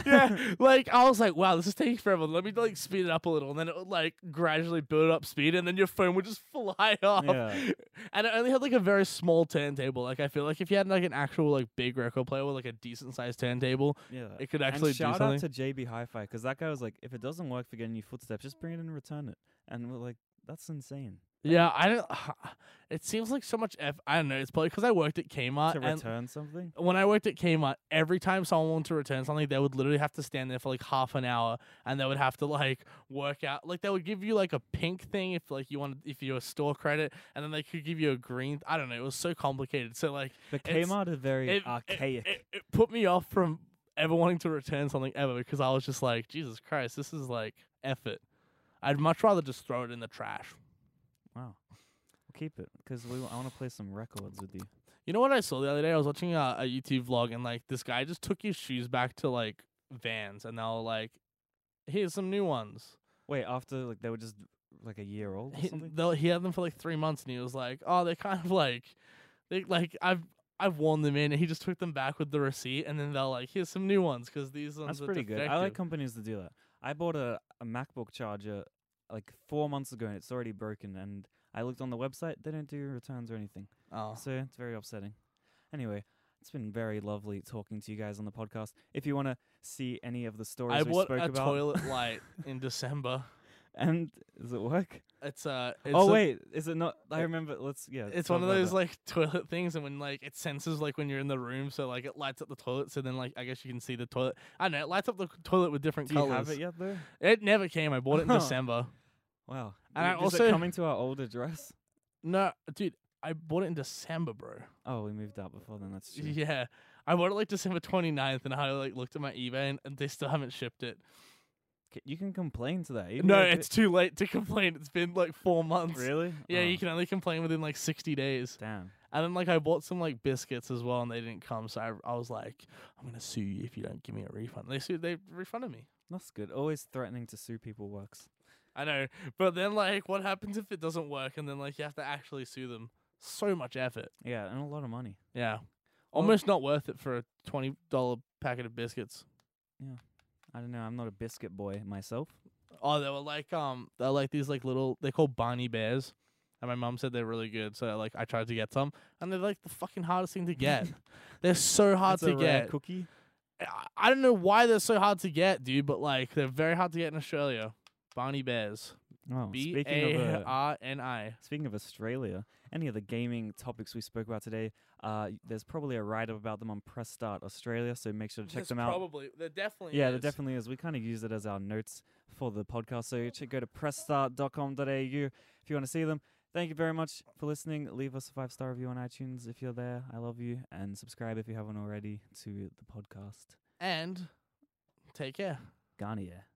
Speaker 7: yeah, like I was like, wow, this is taking forever. Let me like speed it up a little, and then it would like gradually build up speed, and then your phone would just [LAUGHS] fly off.
Speaker 8: Yeah.
Speaker 7: And it only had like a very small turntable. Like I feel like if you had like an actual like big record player with like a decent sized turntable,
Speaker 8: Yeah.
Speaker 7: it could
Speaker 8: and
Speaker 7: actually do
Speaker 8: shout
Speaker 7: something.
Speaker 8: out to JB Hi-Fi because that guy was like, if it doesn't work for getting you footsteps, just bring it and return it. And we're like, that's insane.
Speaker 7: yeah, I don't. [SIGHS] It seems like so much eff I don't know. It's probably because I worked at Kmart
Speaker 8: to
Speaker 7: and
Speaker 8: return something.
Speaker 7: when I worked at Kmart, every time someone wanted to return something, they would literally have to stand there for like half an hour, and they would have to like work out. Like they would give you like a pink thing if like you wanted if you were store credit, and then they could give you a green. I don't know. It was so complicated. So like
Speaker 8: The
Speaker 7: it's-
Speaker 8: Kmart are very
Speaker 7: it- it-
Speaker 8: archaic.
Speaker 7: It, it put me off from ever wanting to return something ever because I was just like, Jesus Christ, this is like effort. I'd much rather just throw it in the trash.
Speaker 8: wow. We'll keep it because we I want to play some records with you.
Speaker 7: You know what I saw the other day? I was watching a, a YouTube vlog and like this guy just took his shoes back to like Vans and they were like, here's some new ones.
Speaker 8: Wait, after like they were just like a year old or
Speaker 7: He,
Speaker 8: something.
Speaker 7: though he had them for like three months and he was like, oh, they're kind of like, they like I've I've worn them in and he just took them back with the receipt and then they're like, here's some new ones because these ones
Speaker 8: That's
Speaker 7: are
Speaker 8: pretty good. I
Speaker 7: defective."
Speaker 8: like companies that do that. I bought a, a MacBook charger like four months ago and it's already broken. And I looked on the website; they don't do returns or anything.
Speaker 7: oh.
Speaker 8: So it's very upsetting. Anyway, it's been very lovely talking to you guys on the podcast. If you want to see any of the stories
Speaker 7: I
Speaker 8: we
Speaker 7: bought
Speaker 8: spoke
Speaker 7: a
Speaker 8: about, [LAUGHS]
Speaker 7: toilet light in December.
Speaker 8: and does it work?
Speaker 7: It's uh, it's
Speaker 8: oh
Speaker 7: a-
Speaker 8: wait, is it not? I remember. Let's yeah.
Speaker 7: it's
Speaker 8: talk
Speaker 7: one of
Speaker 8: about
Speaker 7: those
Speaker 8: that.
Speaker 7: like [LAUGHS] toilet things, and when like it senses like when you're in the room, so like it lights up the toilet. So then like I guess you can see the toilet. I don't know it lights up the toilet with different
Speaker 8: Do you
Speaker 7: colors.
Speaker 8: have it yet though?
Speaker 7: It never came. I [LAUGHS] bought it in
Speaker 8: Huh.
Speaker 7: December.
Speaker 8: Wow.
Speaker 7: And I
Speaker 8: Is
Speaker 7: also-
Speaker 8: it coming to our old address.
Speaker 7: No, dude, I bought it in December, bro.
Speaker 8: Oh, we moved out before then.
Speaker 7: [LAUGHS]
Speaker 8: That's true.
Speaker 7: Yeah, I bought it like December 29th, and I like looked at my eBay, and, and they still haven't shipped it.
Speaker 8: C- You can complain to that. even
Speaker 7: No,
Speaker 8: though it-
Speaker 7: it's too late to complain. It's been like four
Speaker 8: [LAUGHS]
Speaker 7: months.
Speaker 8: really.
Speaker 7: [LAUGHS] Yeah,
Speaker 8: Oh,
Speaker 7: you can only complain within like 60 days.
Speaker 8: Damn.
Speaker 7: And then like I bought some like biscuits as well, and they didn't come. So I, I was like, I'm gonna sue you if you don't give me a refund. They sued, they refunded me.
Speaker 8: That's good. Always threatening to sue people works.
Speaker 7: I know, but then like, what happens if it doesn't work? And then like you have to actually sue them. So much effort.
Speaker 8: Yeah, and a lot of money.
Speaker 7: Yeah, almost not worth it for a twenty dollar packet of biscuits.
Speaker 8: I don't know. I'm not a biscuit boy myself.
Speaker 7: Oh, they were like um, they're like these like little they call Barney bears. And my mom said they're really good, so like I tried to get some, and they're like the fucking hardest thing to get.
Speaker 8: [LAUGHS]
Speaker 7: they're so hard
Speaker 8: It's
Speaker 7: to
Speaker 8: a rare
Speaker 7: get.
Speaker 8: cookie.
Speaker 7: I- I don't know why they're so hard to get, dude, but like they're very hard to get in Australia. Barney Bears.
Speaker 8: Oh,
Speaker 7: B
Speaker 8: speaking of
Speaker 7: A
Speaker 8: uh,
Speaker 7: R N I.
Speaker 8: speaking of Australia, any of the gaming topics we spoke about today, uh, y- there's probably a write up about them on Press Start Australia, so make sure to check them out.
Speaker 7: Probably. They're definitely.
Speaker 8: yeah, there definitely is. We kind of use it as our notes for the podcast, so check, go to pressstart.com.au if you want to see them. Thank you very much for listening. Leave us a five star review on iTunes if you're there. I love you, and subscribe if you haven't already to the podcast.
Speaker 7: And take care.
Speaker 8: Garnier.